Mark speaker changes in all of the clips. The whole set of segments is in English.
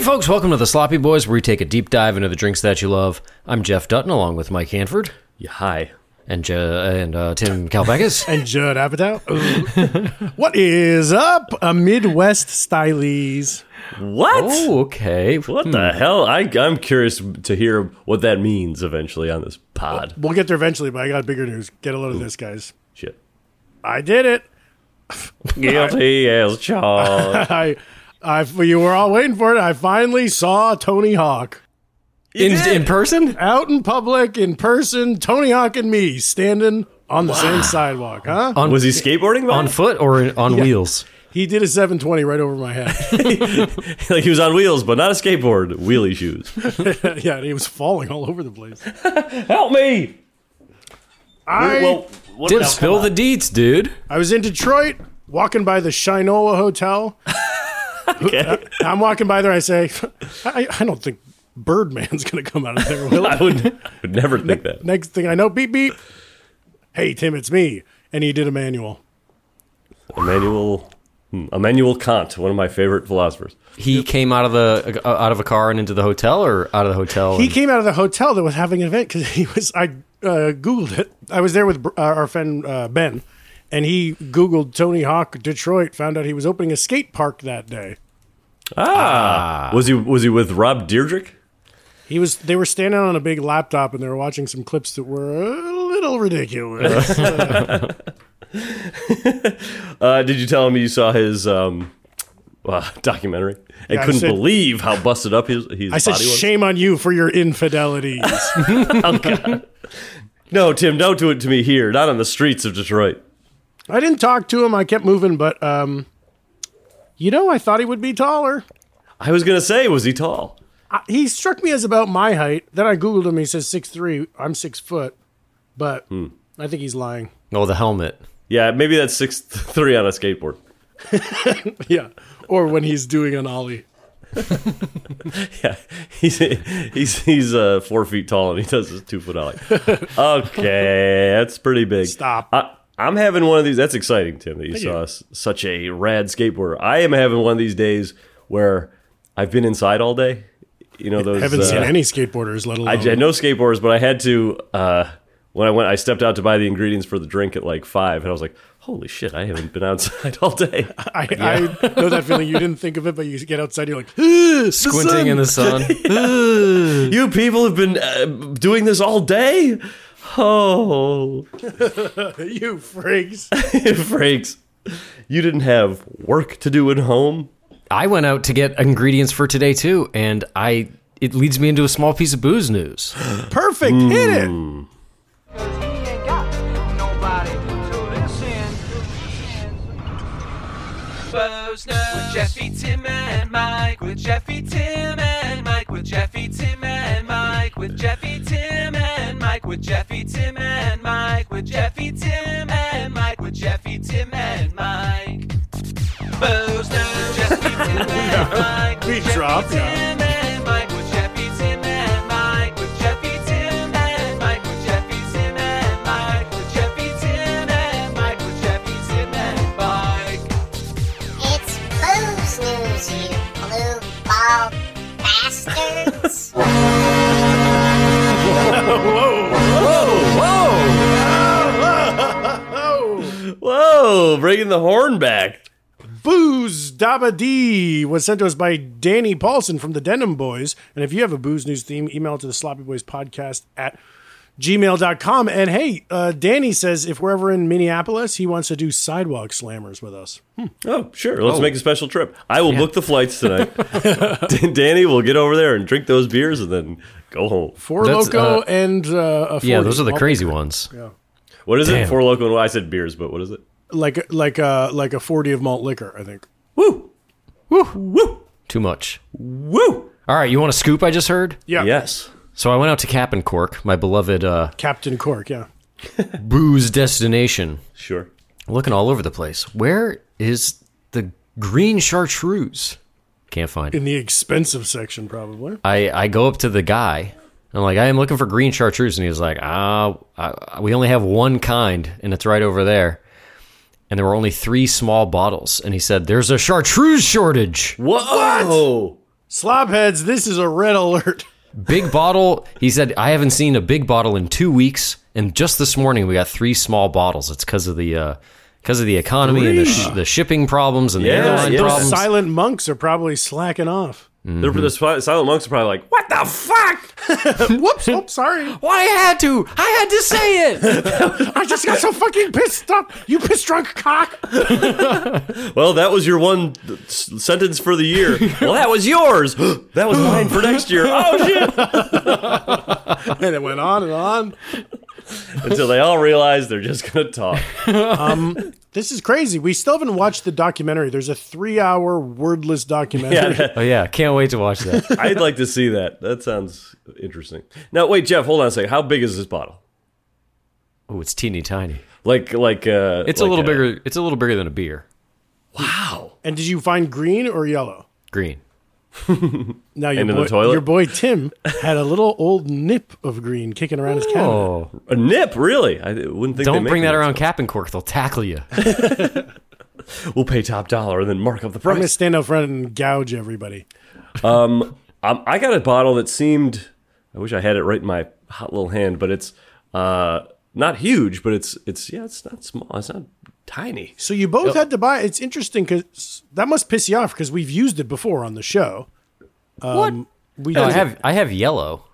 Speaker 1: folks, welcome to the Sloppy Boys, where we take a deep dive into the drinks that you love. I'm Jeff Dutton, along with Mike Hanford
Speaker 2: Yeah, hi.
Speaker 1: and Je- and uh, Tim Kalbakis.
Speaker 3: and Judd Apatow. Ooh. what is up, a Midwest stylies?
Speaker 2: What?
Speaker 1: oh, okay.
Speaker 2: What the hell? I, I'm curious to hear what that means eventually on this pod.
Speaker 3: We'll get there eventually, but I got bigger news. Get a load of this, guys.
Speaker 2: Shit.
Speaker 3: I did it.
Speaker 2: Guilty as charged.
Speaker 3: I, I, you were all waiting for it. I finally saw Tony Hawk
Speaker 1: In, in person?
Speaker 3: out in public, in person. Tony Hawk and me standing on the same sidewalk, huh?
Speaker 2: Was he skateboarding?
Speaker 1: On
Speaker 2: Man?
Speaker 1: foot or in, on wheels?
Speaker 3: He did a 720 right over my head.
Speaker 2: like he was on wheels, but not a skateboard. Wheelie shoes.
Speaker 3: yeah, and he was falling all over the place.
Speaker 2: Help me!
Speaker 3: I,
Speaker 2: well, what
Speaker 1: Tim,
Speaker 2: now?
Speaker 1: spill the deets, dude.
Speaker 3: I was in Detroit, walking by the Shinola Hotel. Uh,
Speaker 2: Okay.
Speaker 3: I'm walking by there. I say, I, I don't think Birdman's going to come out of there. Will he?"
Speaker 2: I would, would never think that.
Speaker 3: Next thing I know, beep beep. Hey Tim, it's me. And he did a manual.
Speaker 2: Emmanuel, hmm, Emmanuel Kant, one of my favorite philosophers.
Speaker 1: He came out of the uh, out of a car and into the hotel, or out of the hotel.
Speaker 3: He
Speaker 1: and-
Speaker 3: came out of the hotel that was having an event because he was. I uh, googled it. I was there with uh, our friend uh, Ben, and he googled Tony Hawk Detroit. Found out he was opening a skate park that day.
Speaker 2: Ah, was he was he with Rob Deirdrick?
Speaker 3: He was. They were standing on a big laptop and they were watching some clips that were a little ridiculous.
Speaker 2: Uh, did you tell him you saw his um, uh, documentary and
Speaker 3: I
Speaker 2: couldn't
Speaker 3: said-
Speaker 2: believe how busted up his his
Speaker 3: I said,
Speaker 2: body was?
Speaker 3: "Shame on you for your infidelities."
Speaker 2: No, Tim, don't do it to me here, not on the streets of Detroit.
Speaker 3: I didn't talk to him. I kept moving, but um, you know, I thought he would be taller.
Speaker 2: I was gonna say, was he tall?
Speaker 3: I, he struck me as about my height. Then I googled him. He says six three. I'm six foot, but
Speaker 2: Hmm.
Speaker 3: I think he's lying.
Speaker 1: oh, the helmet.
Speaker 2: Yeah, maybe that's six three on a skateboard.
Speaker 3: Yeah, or when he's doing an ollie.
Speaker 2: Yeah, he's he's he's uh, four feet tall and he does his two foot ollie. Okay, that's pretty big.
Speaker 3: Stop.
Speaker 2: I, I'm having one of these. That's exciting, Tim. That you saw s- such a rad skateboarder. I am having one of these days where I've been inside all day. You know those.
Speaker 3: Haven't seen
Speaker 2: uh,
Speaker 3: any skateboarders, let alone
Speaker 2: I had no skateboards, but I had to. Uh, when I went, I stepped out to buy the ingredients for the drink at like five, and I was like, "Holy shit! I haven't been outside all day."
Speaker 3: I, I know that feeling. You didn't think of it, but you get outside, you're like, "Ugh,
Speaker 1: Squinting in the sun.
Speaker 2: you people have been uh, doing this all day. Oh,
Speaker 3: sun, you freaks."
Speaker 2: Hmm. Franks, you didn't have work to do at home.
Speaker 1: I went out to get ingredients for today too, and I it leads me into a small piece of booze news.
Speaker 3: Perfect, hit it.
Speaker 4: He ain't got nobody to listen. Bose with Jeffy, Tim, and Mike. With Jeffy, Tim, and Mike. With Jeffy, Tim, and Mike. With Jeffy, Tim, and Mike. With Jeffy, Tim, and Mike. With Jeffy, Tim, and Mike. With Jeffy, Tim, and Mike. Bose uh, Jeffy, Tim, and Mike.
Speaker 3: We
Speaker 4: With Jeffy,
Speaker 3: drop,
Speaker 4: Tim,
Speaker 3: yeah.
Speaker 4: Tim and Mike with Jeffy, Tim and Mike with Jeffy, Tim and Mike with Jeffy, Tim and Mike with Jeffy, Tim and Mike with Jeffy, Tim and Mike.
Speaker 5: It's booze news, you blue ball bastards.
Speaker 2: Whoa,
Speaker 3: Oh,
Speaker 2: whoa, whoa! Bringing the horn back.
Speaker 3: booze Dabba D was sent to us by Danny Paulson from the Denim Boys. And if you have a booze news theme, email it to the Sloppy Boys Podcast at gmail.com. And hey, uh, Danny says if we're ever in Minneapolis, he wants to do sidewalk slammers with us.
Speaker 2: Oh, sure. Let's make a special trip. I will book the flights tonight. Dan- Danny will get over there and drink those beers and then go home.
Speaker 3: Four
Speaker 1: That's,
Speaker 3: Loco
Speaker 1: uh,
Speaker 3: and uh, a 40.
Speaker 1: Yeah, those are the crazy ones.
Speaker 2: What is
Speaker 1: Damn.
Speaker 2: it? Four local. Well, I said beers, but what is it?
Speaker 3: Like, like, uh, like a 40 of malt liquor, I think.
Speaker 2: Woo,
Speaker 1: Too much.
Speaker 2: woo.
Speaker 1: All right, you want a scoop? I just heard.
Speaker 3: Yeah.
Speaker 2: Yes.
Speaker 1: So I went out to Cap and Cork, my beloved uh,
Speaker 3: Captain Cork, yeah.
Speaker 1: booze destination.
Speaker 2: Sure.
Speaker 1: Looking all over the place. Where is the green chartreuse? Can't find. it.
Speaker 3: In the expensive section, probably.
Speaker 1: I I go up to the guy. I'm like, I am looking for green chartreuse, and he was like, Ah, I, we only have one kind, and it's right over there. And there were only three small bottles, and he said, "There's a chartreuse shortage."
Speaker 2: Whoa.
Speaker 3: Slobheads, this is a red alert.
Speaker 1: Big bottle. He said, I haven't seen a big bottle in two weeks, and just this morning we got three small bottles. It's because of the because of the economy and the, sh- the shipping problems and
Speaker 2: Yeah,
Speaker 1: the airline
Speaker 2: yeah.
Speaker 1: problems.
Speaker 3: Silent monks are probably slacking off.
Speaker 2: Mm-hmm. They're- The si- silent monks are probably like, "What the fuck?"
Speaker 3: Whoops, oops, sorry.
Speaker 1: Well, I had to. I had to say it.
Speaker 3: I just got so fucking pissed up. You piss drunk cock.
Speaker 2: Well, that was your one uh, s- sentence for the year. well, that was yours. that was mine for next year. Oh shit!
Speaker 3: And it went on and on.
Speaker 2: Until they all realize they're just gonna talk.
Speaker 3: This is crazy. We still haven't watched the documentary. There's a three hour wordless documentary.
Speaker 2: Yeah, that-
Speaker 1: oh yeah, can't wait to watch that.
Speaker 2: I'd like to see that. That sounds interesting. Now, wait, Jeff, hold on a second. How big is this bottle?
Speaker 1: Oh, it's teeny tiny.
Speaker 2: Like, like, uh,
Speaker 1: It's
Speaker 2: like
Speaker 1: a little bigger. It's a little bigger than a beer.
Speaker 3: And did you find green or yellow?
Speaker 1: Green.
Speaker 3: Now your
Speaker 2: Into
Speaker 3: boy,
Speaker 2: the toilet?
Speaker 3: your boy Tim had a little old nip of green kicking around his cabinet.
Speaker 1: Oh,
Speaker 2: A nip, really? I wouldn't think. they
Speaker 1: don't
Speaker 2: make
Speaker 1: bring that
Speaker 2: nips.
Speaker 1: around Cap and Cork. They'll tackle you.
Speaker 2: We'll pay top dollar and then mark up the
Speaker 3: I'm gonna
Speaker 2: price.
Speaker 3: stand out front and gouge everybody.
Speaker 2: Um, I got a bottle that seemed. I wish I had it right in my hot little hand, but it's uh, not huge, but it's it's yeah, it's not small. It's not tiny.
Speaker 3: So you both had to buy. It's interesting because that must piss you off because we've used it before on the show. what? We
Speaker 1: No, I
Speaker 3: did-
Speaker 1: have. I have yellow.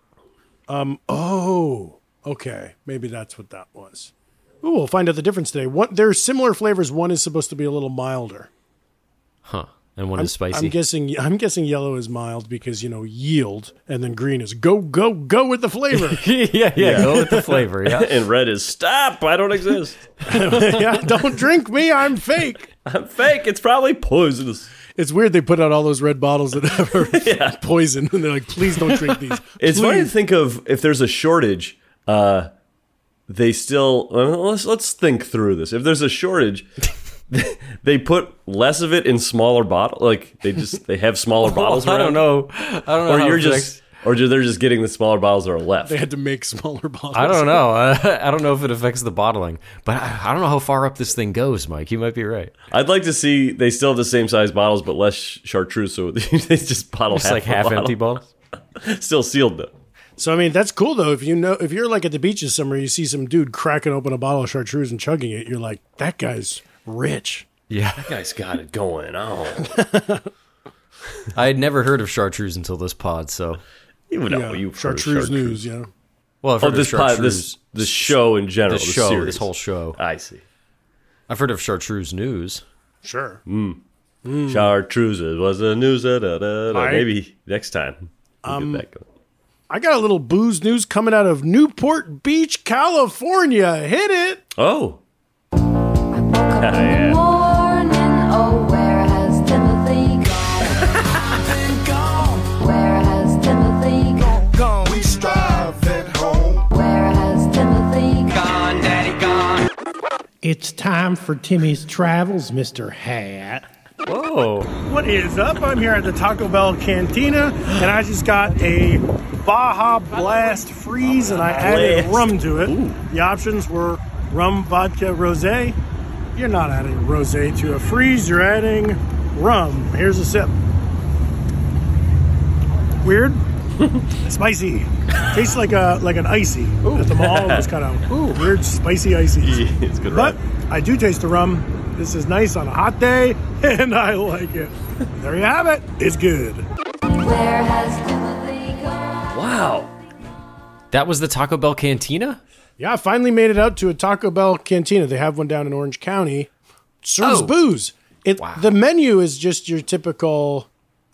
Speaker 3: Oh, okay. Maybe that's what that was. Ooh, we'll find out the difference today. One, there are similar flavors. One is supposed to be a little milder.
Speaker 1: Huh. And one is
Speaker 3: I'm
Speaker 1: spicy.
Speaker 3: guessing. I'm guessing yellow is mild because you know yield, and then green is go go go with the flavor.
Speaker 1: yeah, yeah, Go with the flavor. Yeah.
Speaker 2: And red is stop. I don't exist.
Speaker 3: yeah, don't drink me. I'm fake.
Speaker 2: I'm fake. It's probably poisonous.
Speaker 3: It's weird they put out all those red bottles that have poison, and they're like, please don't drink these.
Speaker 2: It's
Speaker 1: Hmm.
Speaker 2: funny to
Speaker 3: Please.
Speaker 2: think of if there's a shortage, uh, they still well, let's let's think through this. If there's a shortage, they put less of it in smaller bottle. Like they just they have smaller bottles.
Speaker 1: I
Speaker 2: around.
Speaker 1: don't know. I don't know.
Speaker 2: Or
Speaker 1: how
Speaker 2: you're
Speaker 1: it
Speaker 2: just
Speaker 1: affects-
Speaker 2: or they're just getting the smaller bottles that are left.
Speaker 3: They had to make smaller bottles.
Speaker 1: I don't know. I don't know if it affects the bottling, but I, I don't know how far up this thing goes, Mike. You might be right.
Speaker 2: I'd like to see they still have the same size bottles but less chartreuse, so they just bottle
Speaker 1: It's
Speaker 2: half
Speaker 1: like
Speaker 2: the
Speaker 1: half
Speaker 2: bottle.
Speaker 1: empty bottles.
Speaker 2: still sealed though.
Speaker 3: So I mean, that's cool though. If you know, if you're like at the beaches somewhere, you see some dude cracking open a bottle of chartreuse and chugging it, you're like, that guy's rich.
Speaker 1: Yeah,
Speaker 2: Guy's got it going on.
Speaker 1: I had never heard of chartreuse until this pod. So,
Speaker 2: You know,
Speaker 3: Yeah,
Speaker 2: you've heard of
Speaker 3: chartreuse news. Yeah.
Speaker 1: well, I've
Speaker 2: Oh,
Speaker 1: heard
Speaker 2: this
Speaker 1: of
Speaker 2: pod,
Speaker 1: chartreuse.
Speaker 2: this this show in general,
Speaker 1: this show,
Speaker 2: series.
Speaker 1: this whole show.
Speaker 2: I see.
Speaker 1: I've heard of chartreuse news.
Speaker 3: Sure.
Speaker 2: Hmm. Chartreuse was the news. Da, da, da, da.
Speaker 3: Alright.
Speaker 2: Maybe next time. We'll
Speaker 3: Um,
Speaker 2: get that going.
Speaker 3: I got a little booze news coming out of Newport Beach, California. Hit it.
Speaker 2: Oh,
Speaker 6: Morning, oh, where has Timothy gone? Where has Timothy gone?
Speaker 7: We strive at home.
Speaker 6: Where has Timothy gone?
Speaker 4: Gone, daddy, gone.
Speaker 8: It's time for Timmy's Travels, Mr. Hat.
Speaker 3: What is up? I'm here at the Taco Bell Cantina, and I just got a Baja Blast freeze, and I added
Speaker 2: Blast.
Speaker 3: rum to it. The options were rum, vodka, rosé. You're not adding rosé to a freeze. You're adding rum. Here's a sip. Weird. Spicy. Tastes like a like an icy at the mall. It was kind of weird, spicy icy.
Speaker 2: it's good,
Speaker 3: But
Speaker 2: right?
Speaker 3: I do taste the rum. This is nice on a hot day, and I like it. There you have it. It's good.
Speaker 6: Where has Timothy gone?
Speaker 2: Wow.
Speaker 1: That was the Taco Bell Cantina.
Speaker 3: Yeah, I finally made it out to a Taco Bell cantina. They have one down in Orange County. Serves
Speaker 1: Oh.
Speaker 3: booze. It, The menu is just your typical.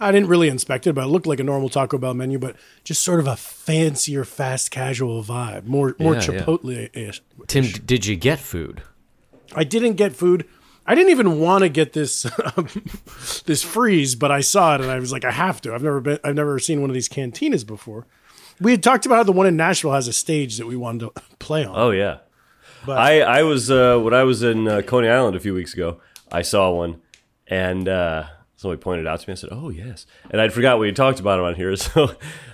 Speaker 3: I didn't really inspect it, but it looked like a normal Taco Bell menu, but just sort of a fancier, fast casual vibe, more more
Speaker 1: Yeah, yeah.
Speaker 3: Chipotle ish.
Speaker 1: Tim, d- did you get food?
Speaker 3: I didn't get food. I didn't even want to get this um, this freeze, but I saw it and I was like, I have to. I've never been. I've never seen one of these cantinas before. We had talked about how the one in Nashville has a stage that we wanted to play on.
Speaker 2: Oh yeah. I I was uh, when I was in uh, Coney Island a few weeks ago. I saw one, and uh, somebody pointed it out to me. I said, "Oh yes," and I'd forgot we had talked about it on here. So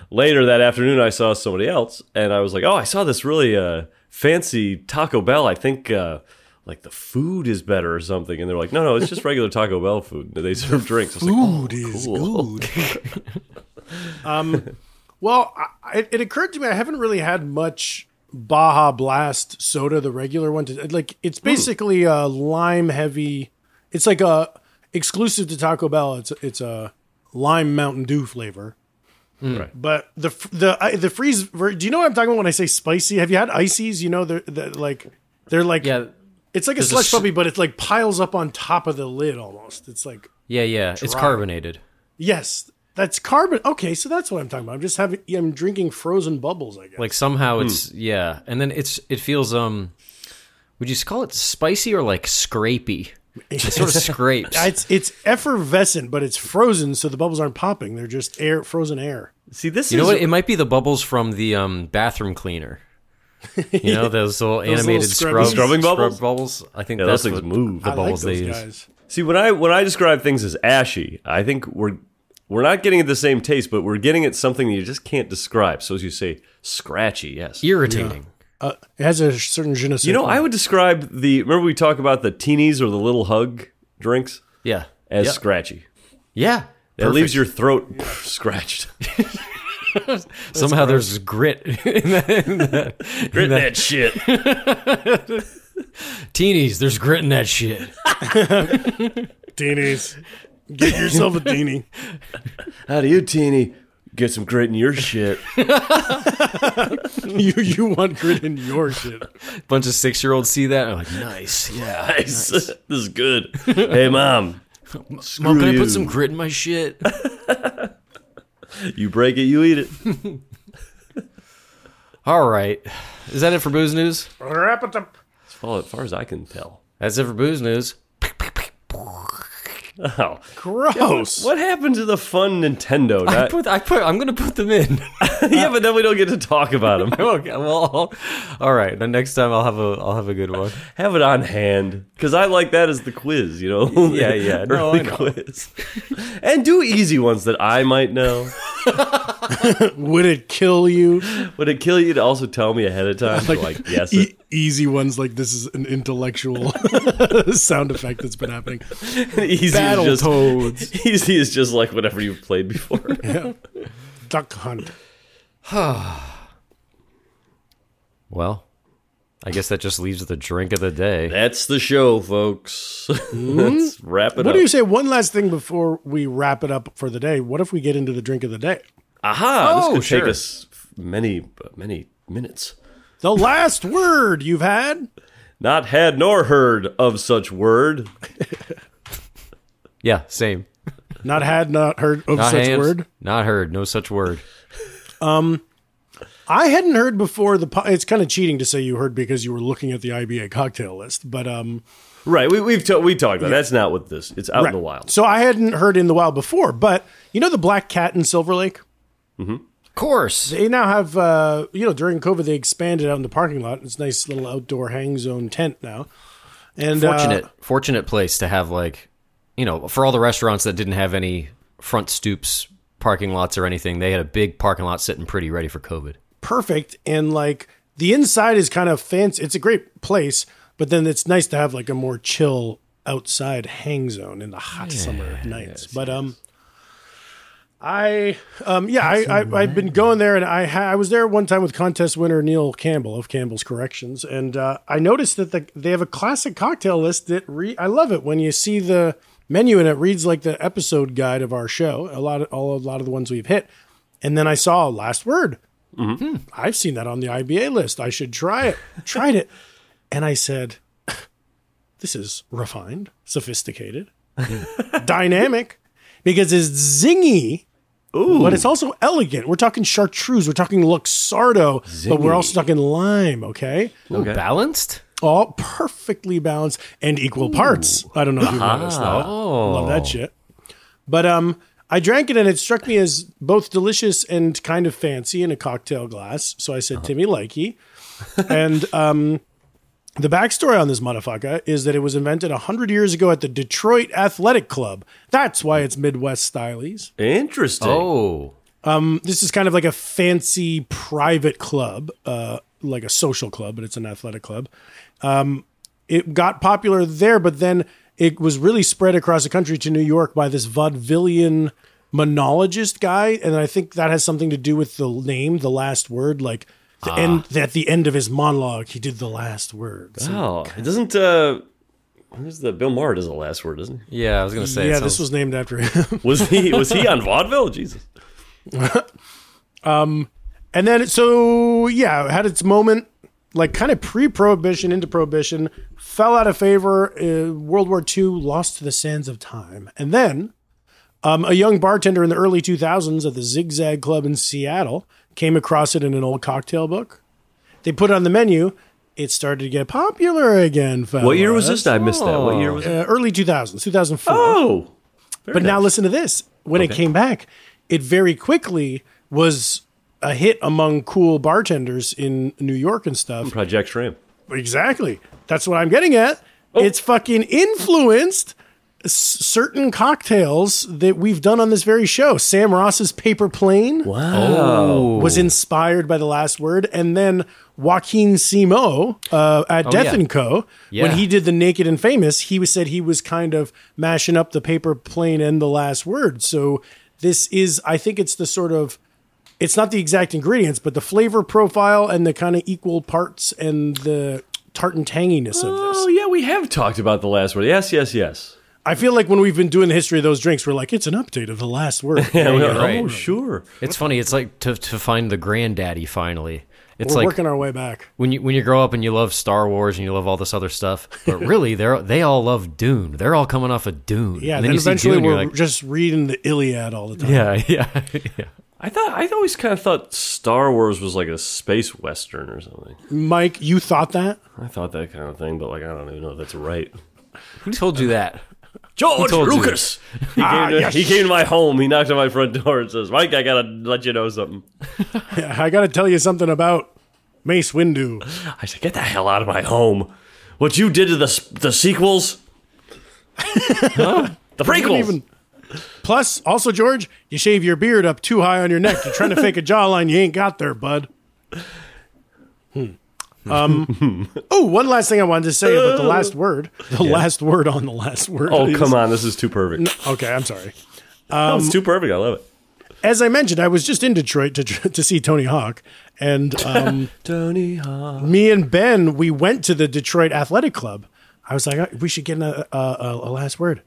Speaker 2: later that afternoon, I saw somebody else, and I was like, "Oh, I saw this really uh, fancy Taco Bell. I think." Uh, like the food is better or something, and they're like, no, no, it's just regular Taco Bell food. They serve drinks. I was like, oh,
Speaker 3: Food is
Speaker 2: cool.
Speaker 3: good. Um, Well, I, it, it occurred to me I haven't really had much Baja Blast soda, the regular one. To, like it's
Speaker 2: Hmm.
Speaker 3: basically a lime heavy. It's like a exclusive to Taco Bell. It's it's a lime Mountain Dew flavor.
Speaker 2: Right.
Speaker 3: But the f- the I the freeze. ver- Do you know what I'm talking about when I say spicy? Have you had ices? You know they're, they're like they're like
Speaker 1: Yeah,
Speaker 3: It's like a
Speaker 1: There's a
Speaker 3: slush
Speaker 1: s-
Speaker 3: puppy, but it's like piles up on top of the lid almost. It's like
Speaker 1: yeah, yeah. It's
Speaker 3: Dry.
Speaker 1: carbonated.
Speaker 3: yes, that's carbon. Okay, so that's what I'm talking about. I'm just having. I'm drinking frozen bubbles. I guess.
Speaker 1: Like somehow it's yeah, and then it's it feels um. Would you call it spicy or like scrapey? It sort of scrapes.
Speaker 3: It's it's effervescent, but it's frozen, so the bubbles aren't popping. They're just air, frozen air.
Speaker 2: See, this
Speaker 1: You know
Speaker 2: is
Speaker 1: what? It might be the bubbles from the um, bathroom cleaner. You know those little animated
Speaker 3: little
Speaker 1: scrub,
Speaker 3: scrubby- Scrubbing
Speaker 1: scrub
Speaker 2: bubbles?
Speaker 1: bubbles? I think
Speaker 2: Yeah, those
Speaker 1: that's
Speaker 2: things
Speaker 1: what
Speaker 2: move.
Speaker 1: The
Speaker 3: I like
Speaker 1: bubbles
Speaker 3: those
Speaker 1: they use.
Speaker 3: guys.
Speaker 2: See, when I when I describe things as ashy, I think we're we're not getting at the same taste, but we're getting at something that you just can't describe. So as you say, scratchy, yes.
Speaker 1: Irritating.
Speaker 3: Uh, it has a certain je ne sais
Speaker 2: You know,
Speaker 3: quoi.
Speaker 2: I would describe the remember we talk about the teenies or the little hug drinks
Speaker 1: Yeah. Yeah.
Speaker 2: as scratchy.
Speaker 1: yeah.
Speaker 2: That leaves your throat scratched.
Speaker 1: somehow there's grit. in that- in that-
Speaker 2: Grit that shit.
Speaker 1: Teenies, there's grit in that shit.
Speaker 3: Teenies. Get yourself a teeny.
Speaker 2: How do you, teeny? Get some grit in your shit.
Speaker 3: you you want grit in your shit.
Speaker 1: Bunch of six year olds see that and are like, nice. Yeah.
Speaker 2: Nice. this is good. Hey, mom.
Speaker 1: Mom, can I
Speaker 2: Screw
Speaker 1: put
Speaker 2: you.
Speaker 1: some grit in my shit?
Speaker 2: You break it, you eat it.
Speaker 1: All right. Is that it for booze news?
Speaker 3: Wrap it up.
Speaker 2: That's all- as far as I can tell.
Speaker 1: That's it for booze news.
Speaker 2: Oh,
Speaker 3: Gross.
Speaker 2: What happened to the fun Nintendo?
Speaker 1: I
Speaker 2: Not-
Speaker 1: put, I put, I'm going to put them in.
Speaker 2: yeah, but then we don't get to talk about them.
Speaker 1: okay. Well, all right. The next time I'll have a, I'll have a good one.
Speaker 2: Have it on hand because I like that as the quiz. You know,
Speaker 1: Yeah, yeah. No,
Speaker 2: early
Speaker 1: I know.
Speaker 2: quiz, and do easy ones that I might know.
Speaker 3: Would it kill you?
Speaker 2: Would it kill you to also tell me ahead of time? Like, yes,
Speaker 3: E-
Speaker 2: it-
Speaker 3: easy ones like this is an intellectual sound effect that's been happening.
Speaker 2: easy
Speaker 3: Battle
Speaker 2: is just
Speaker 3: toads.
Speaker 2: easy is just like whatever you've played before.
Speaker 3: Duck hunt.
Speaker 1: Well, I guess that just leaves the drink of the day.
Speaker 2: That's the show, folks.
Speaker 1: Hmm?
Speaker 2: Let's wrap it
Speaker 3: What
Speaker 2: up.
Speaker 3: do you say? One last thing before we wrap it up for the day. What if we get into the drink of the day?
Speaker 2: Aha!
Speaker 1: Oh,
Speaker 2: this could
Speaker 1: sure.
Speaker 2: take us many many minutes.
Speaker 3: The last word you've had.
Speaker 2: Not had nor heard of such word.
Speaker 1: Yeah, same.
Speaker 3: Not had, not heard of
Speaker 1: Not
Speaker 3: such
Speaker 1: hams,
Speaker 3: word.
Speaker 1: Not heard. No such word.
Speaker 3: I hadn't heard before the. Po- it's kind of cheating to say you heard because you were looking at the IBA cocktail list, but um,
Speaker 2: Right. We, we've ta- we talked about it. that's not what this. It's out in the wild.
Speaker 3: So I hadn't heard in the wild before, but you know the black cat in Silver Lake.
Speaker 1: Of course.
Speaker 3: They now have, uh, you know, during COVID they expanded out in the parking lot. It's a nice little outdoor hang zone tent now. And uh,
Speaker 1: Fortunate, fortunate place to have like, you know, for all the restaurants that didn't have any front stoops, parking lots, or anything, they had a big parking lot sitting pretty ready for COVID.
Speaker 3: perfect and like the inside is kind of fancy it's a great place but then it's nice to have like a more chill outside hang zone in the hot summer nights but um i um yeah I, I i've been going there and i ha- i was there one time with contest winner neil campbell of campbell's corrections and uh i noticed that the, they have a classic cocktail list that re i love it when you see the menu and it reads like the episode guide of our show a lot of all a lot of the ones we've hit and then i saw last word I've seen that on the IBA list. I should try it. Tried it. And I said, this is refined, sophisticated, dynamic, because it's zingy, but it's also elegant. We're talking chartreuse. We're talking Luxardo, but we're also talking lime, okay?
Speaker 1: Ooh, Balanced.
Speaker 3: All perfectly balanced and equal parts. I don't know if you noticed that.
Speaker 1: Oh.
Speaker 3: Love that shit. But um, I drank it and it struck me as both delicious and kind of fancy in a cocktail glass. So I said, Timmy likey. and um, the backstory on this motherfucker is that it was invented 100 years ago at the Detroit Athletic Club. That's why it's Midwest stylies.
Speaker 2: Interesting.
Speaker 1: Oh.
Speaker 3: This is kind of like a fancy private club, uh, like a social club, but it's an athletic club. it got popular there, but then it was really spread across the country to New York by this vaudevillian monologist guy, and I think that has something to do with the name, the last word, like. The
Speaker 1: Ah.
Speaker 3: end, at the end of his monologue, he did the last word.
Speaker 2: Oh,
Speaker 3: So-
Speaker 2: it doesn't. Uh, who's the Bill Maher does the last word, doesn't he?
Speaker 1: Yeah, I was gonna say.
Speaker 3: yeah,
Speaker 1: it
Speaker 3: this
Speaker 1: sounds-
Speaker 3: was named after him.
Speaker 2: Was he was he on vaudeville? Jesus.
Speaker 3: And then, so yeah, it had its moment, like kind of pre-prohibition into prohibition, fell out of favor. Uh, World War II lost to the sands of time, and then um, a young bartender in the early 2000s at the Zigzag Club in Seattle came across it in an old cocktail book. They put it on the menu. It started to get popular again. Fellas.
Speaker 2: What year was this? I missed that. What year was
Speaker 3: Uh,
Speaker 2: it?
Speaker 3: early 2000s, 2004.
Speaker 2: Oh,
Speaker 3: But now listen to this. When it came back, it very quickly was a hit among cool bartenders in New York and stuff.
Speaker 2: Project Shrimp.
Speaker 3: Exactly. That's what I'm getting at.
Speaker 1: Oh.
Speaker 3: It's fucking influenced s- certain cocktails that we've done on this very show. Sam Ross's Paper Plane was inspired by The Last Word. And then Joaquin Simo uh, at Death
Speaker 1: Oh, yeah.
Speaker 3: and Co.
Speaker 1: Yeah.
Speaker 3: When he did the Naked and Famous, he was said he was kind of mashing up the paper plane and the last word. So this is, I think it's the sort of, it's not the exact ingredients, but the flavor profile and the kind of equal parts and the tart and tanginess of
Speaker 2: Oh
Speaker 3: this.
Speaker 2: yeah, we have talked about the last word. Yes, yes, yes.
Speaker 3: I feel like when we've been doing the history of those drinks, we're like, it's an update of the last word.
Speaker 2: Yeah, we are.
Speaker 1: right.
Speaker 2: Oh sure.
Speaker 1: It's funny. It's like to to find the granddaddy finally. It's
Speaker 3: we're
Speaker 1: like
Speaker 3: working our way back.
Speaker 1: when you when you grow up and you love Star Wars and you love all this other stuff, but really they're they all love Dune. They're all coming off of Dune.
Speaker 3: Yeah,
Speaker 1: And
Speaker 3: then,
Speaker 1: you see
Speaker 3: eventually
Speaker 1: Dune, you're
Speaker 3: we're
Speaker 1: like,
Speaker 3: just reading the Iliad all the time.
Speaker 1: yeah, yeah, yeah.
Speaker 2: I thought I always kind of thought Star Wars was like a space western or something.
Speaker 3: Mike, you thought that?
Speaker 2: I thought that kind of thing, but like I don't even know if that's right.
Speaker 1: Who told you that?
Speaker 2: George
Speaker 1: told you?
Speaker 2: Lucas. He,
Speaker 3: Ah,
Speaker 2: came to, he came to my home. He knocked on my front door and says, "Mike, I gotta let you know something."
Speaker 3: I got to tell you something about Mace Windu.
Speaker 2: I said, "Get the hell out of my home! What you did to the s- the sequels, the prequels."
Speaker 3: even- Plus, also, George, you shave your beard up too high on your neck. You're trying to fake a jawline you ain't got there, bud. Hmm. Um, oh, one last thing I wanted to say about the last word. The last word on the last word.
Speaker 2: oh
Speaker 3: is-
Speaker 2: come on, this is too perfect.
Speaker 3: Okay, I'm sorry. um,
Speaker 2: it's too perfect. I love it.
Speaker 3: As I mentioned, I was just in Detroit to, to see Tony Hawk. And um,
Speaker 2: Tony Hawk.
Speaker 3: me and Ben, we went to the Detroit Athletic Club. I was like, we should get a, a, a, a last word.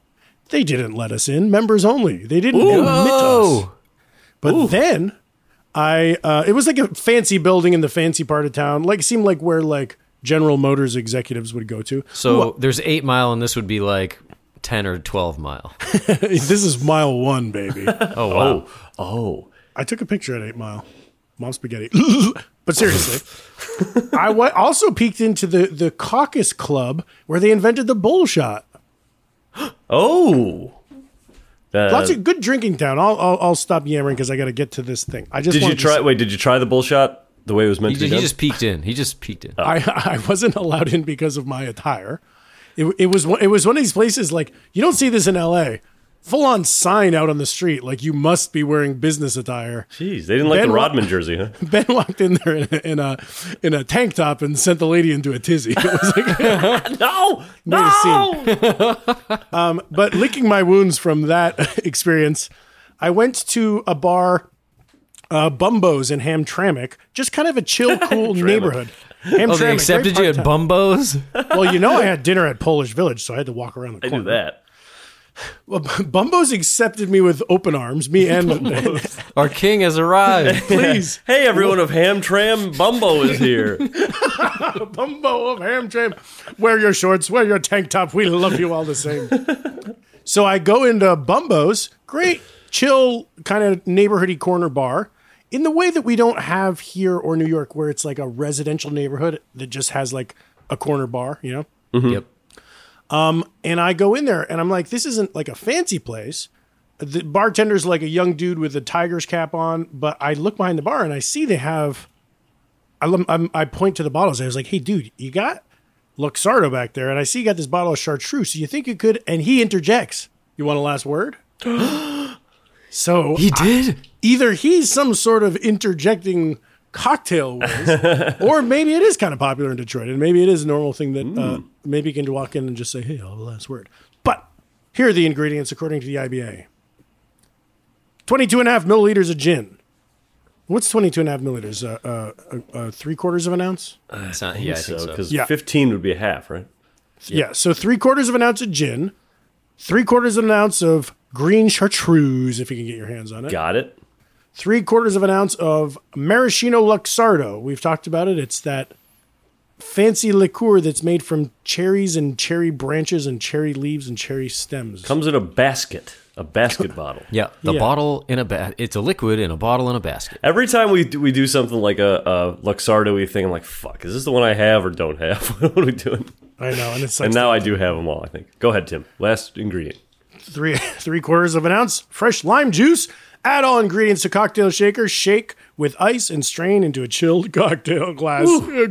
Speaker 3: They didn't let us in, members only. They didn't admit us. But then I, uh, it was like a fancy building in the fancy part of town. Like, seemed like where like General Motors executives would go to.
Speaker 1: So there's eight mile, and this would be like ten or twelve mile.
Speaker 3: this is mile one, baby.
Speaker 1: Oh wow.
Speaker 2: Oh, oh.
Speaker 3: I took a picture at Eight Mile. Mom spaghetti. but seriously, I wa- also peeked into the the Caucus Club where they invented the bowl shot.
Speaker 2: Oh. Uh,
Speaker 3: Lots of good drinking town. I'll I'll, I'll stop yammering because I got to get to this thing. I just
Speaker 2: did you
Speaker 3: wanted to
Speaker 2: try?
Speaker 3: say-
Speaker 2: Wait, did you try the bull shot the way it was meant
Speaker 1: He,
Speaker 2: to be
Speaker 1: ju- he
Speaker 2: done?
Speaker 1: just peeked in. He just peeked in.
Speaker 3: I I wasn't allowed in because of my attire. It, it was one- it was one of these places like you don't see this in L.A. Full on sign out on the street like you must be wearing business attire.
Speaker 2: Jeez, they didn't like
Speaker 3: Ben
Speaker 2: the
Speaker 3: Ro-
Speaker 2: Rodman jersey, huh?
Speaker 3: Ben walked in there in a, in a in a tank top and sent the lady into a tizzy. It was like
Speaker 2: no,
Speaker 3: a
Speaker 2: no.
Speaker 3: but licking my wounds from that experience, I went to a bar, uh, Bumbo's in Hamtramck, just kind of a chill, cool neighborhood. Hamtramck,
Speaker 1: Oh, they
Speaker 3: great
Speaker 1: accepted you
Speaker 3: part
Speaker 1: at
Speaker 3: of
Speaker 1: Bumbo's.
Speaker 3: town. Well, you know, I had dinner at Polish Village, so I had to walk around the
Speaker 2: I
Speaker 3: corner.
Speaker 2: knew that.
Speaker 3: Well, Bumbo's accepted me with open arms, me and
Speaker 1: Our king has arrived.
Speaker 3: please,
Speaker 2: Hey, everyone of Hamtram Bumbo is here.
Speaker 3: Bumbo of Hamtramck, wear your shorts, wear your tank top. We love you all the same. so I go into Bumbo's, great, chill, kind of neighborhoody corner bar. In the way that we don't have here or New York, where it's like a residential neighborhood that just has like a corner bar, you know?
Speaker 1: yep.
Speaker 3: And I go in there and I'm like, this isn't like a fancy place. The bartender's like a young dude with a tiger's cap on, but I look behind the bar and I see they have. I, lem- I'm, I point to the bottles. I was like, hey, dude, you got Luxardo back there. And I see you got this bottle of chartreuse. You think you could? And he interjects, you want a last word? so
Speaker 1: He did.
Speaker 3: either he's some sort of interjecting cocktail was, or maybe it is kind of popular in Detroit, and maybe it is a normal thing that uh, maybe you can walk in and just say, "Hey, I'll have the last word." But here are the ingredients according to the IBA: 22 and a half milliliters of gin. What's 22 and a half milliliters? Uh, uh, uh, uh, three quarters of an ounce?
Speaker 1: It's not, yeah, I think
Speaker 2: So,
Speaker 1: so.
Speaker 2: because
Speaker 3: Yeah.
Speaker 2: 15 would be a half, right?
Speaker 3: Yeah, so three quarters of an ounce of gin, three quarters of an ounce of green chartreuse, if you can get your hands on it,
Speaker 2: Got it.
Speaker 3: three quarters of an ounce of maraschino luxardo. We've talked about it. It's that fancy liqueur that's made from cherries and cherry branches and cherry leaves and cherry stems.
Speaker 2: Comes in a basket, a basket bottle.
Speaker 1: Yeah, the
Speaker 3: Yeah.
Speaker 1: bottle in a ba- it's a liquid in a bottle in a basket.
Speaker 2: Every time we do, we do something like a, a Luxardo-y thing, I'm like, fuck, is this the one I have or don't have? what are we doing?
Speaker 3: I know, and it's like
Speaker 2: And now I do have them all, I think. Go ahead, Tim. Last ingredient.
Speaker 3: three three quarters of an ounce fresh lime juice. Add all ingredients to cocktail shaker. Shake with ice and strain into a chilled cocktail glass. Uh,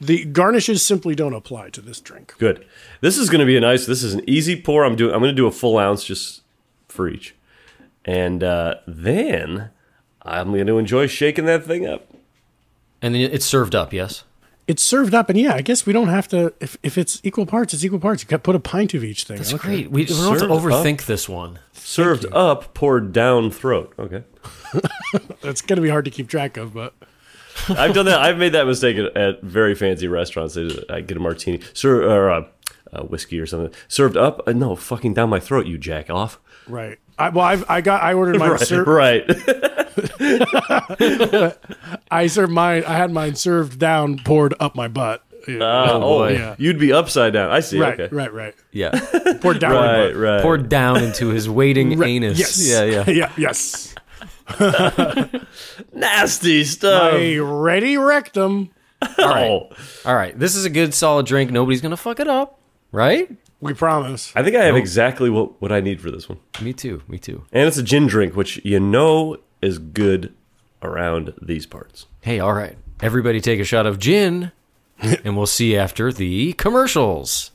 Speaker 3: The garnishes simply don't apply to this drink.
Speaker 2: Good. This is going to be a nice. This is an easy pour. I'm doing. I'm going to do a full ounce just for each, and uh, then I'm going to enjoy shaking that thing up.
Speaker 1: And then it's served up, yes?
Speaker 3: It's served up, and yeah, I guess we don't have to. If, if it's equal parts, it's equal parts. You got put a pint of each thing.
Speaker 1: It's
Speaker 3: Okay.
Speaker 1: great. We, we don't have to
Speaker 2: Served up.
Speaker 1: overthink this one.
Speaker 2: Served up, poured down throat. Okay,
Speaker 3: That's gonna be hard to keep track of, but
Speaker 2: I've done that. I've made that mistake at, at very fancy restaurants. They just- I get a martini, sir, or uh, uh, whiskey or something. Served up? Uh, no, fucking down my throat, you jack off.
Speaker 3: right. I, well, I've, I got. I ordered mine.
Speaker 2: Right,
Speaker 3: ser-
Speaker 2: right.
Speaker 3: I served mine. I had mine served down, poured up my butt. Yeah.
Speaker 2: oh,
Speaker 3: Yeah.
Speaker 2: you'd be upside down. I see.
Speaker 3: right,
Speaker 2: okay.
Speaker 3: right, right.
Speaker 1: Yeah.
Speaker 3: Poured down. my butt.
Speaker 2: Right, right.
Speaker 1: Poured down into his waiting
Speaker 3: Right.
Speaker 1: anus.
Speaker 3: Yes.
Speaker 1: Yeah, yeah.
Speaker 3: yeah. Yes.
Speaker 2: Nasty stuff.
Speaker 3: A ready rectum.
Speaker 2: Oh.
Speaker 1: All right. This is a good solid drink. Nobody's going to fuck it up, right?
Speaker 3: We promise.
Speaker 2: I think I have exactly what, what I need for this one.
Speaker 1: Me too. Me too.
Speaker 2: And it's a gin drink, which you know is good around these parts.
Speaker 1: Hey, all right. Everybody take a shot of gin, and we'll see after the commercials.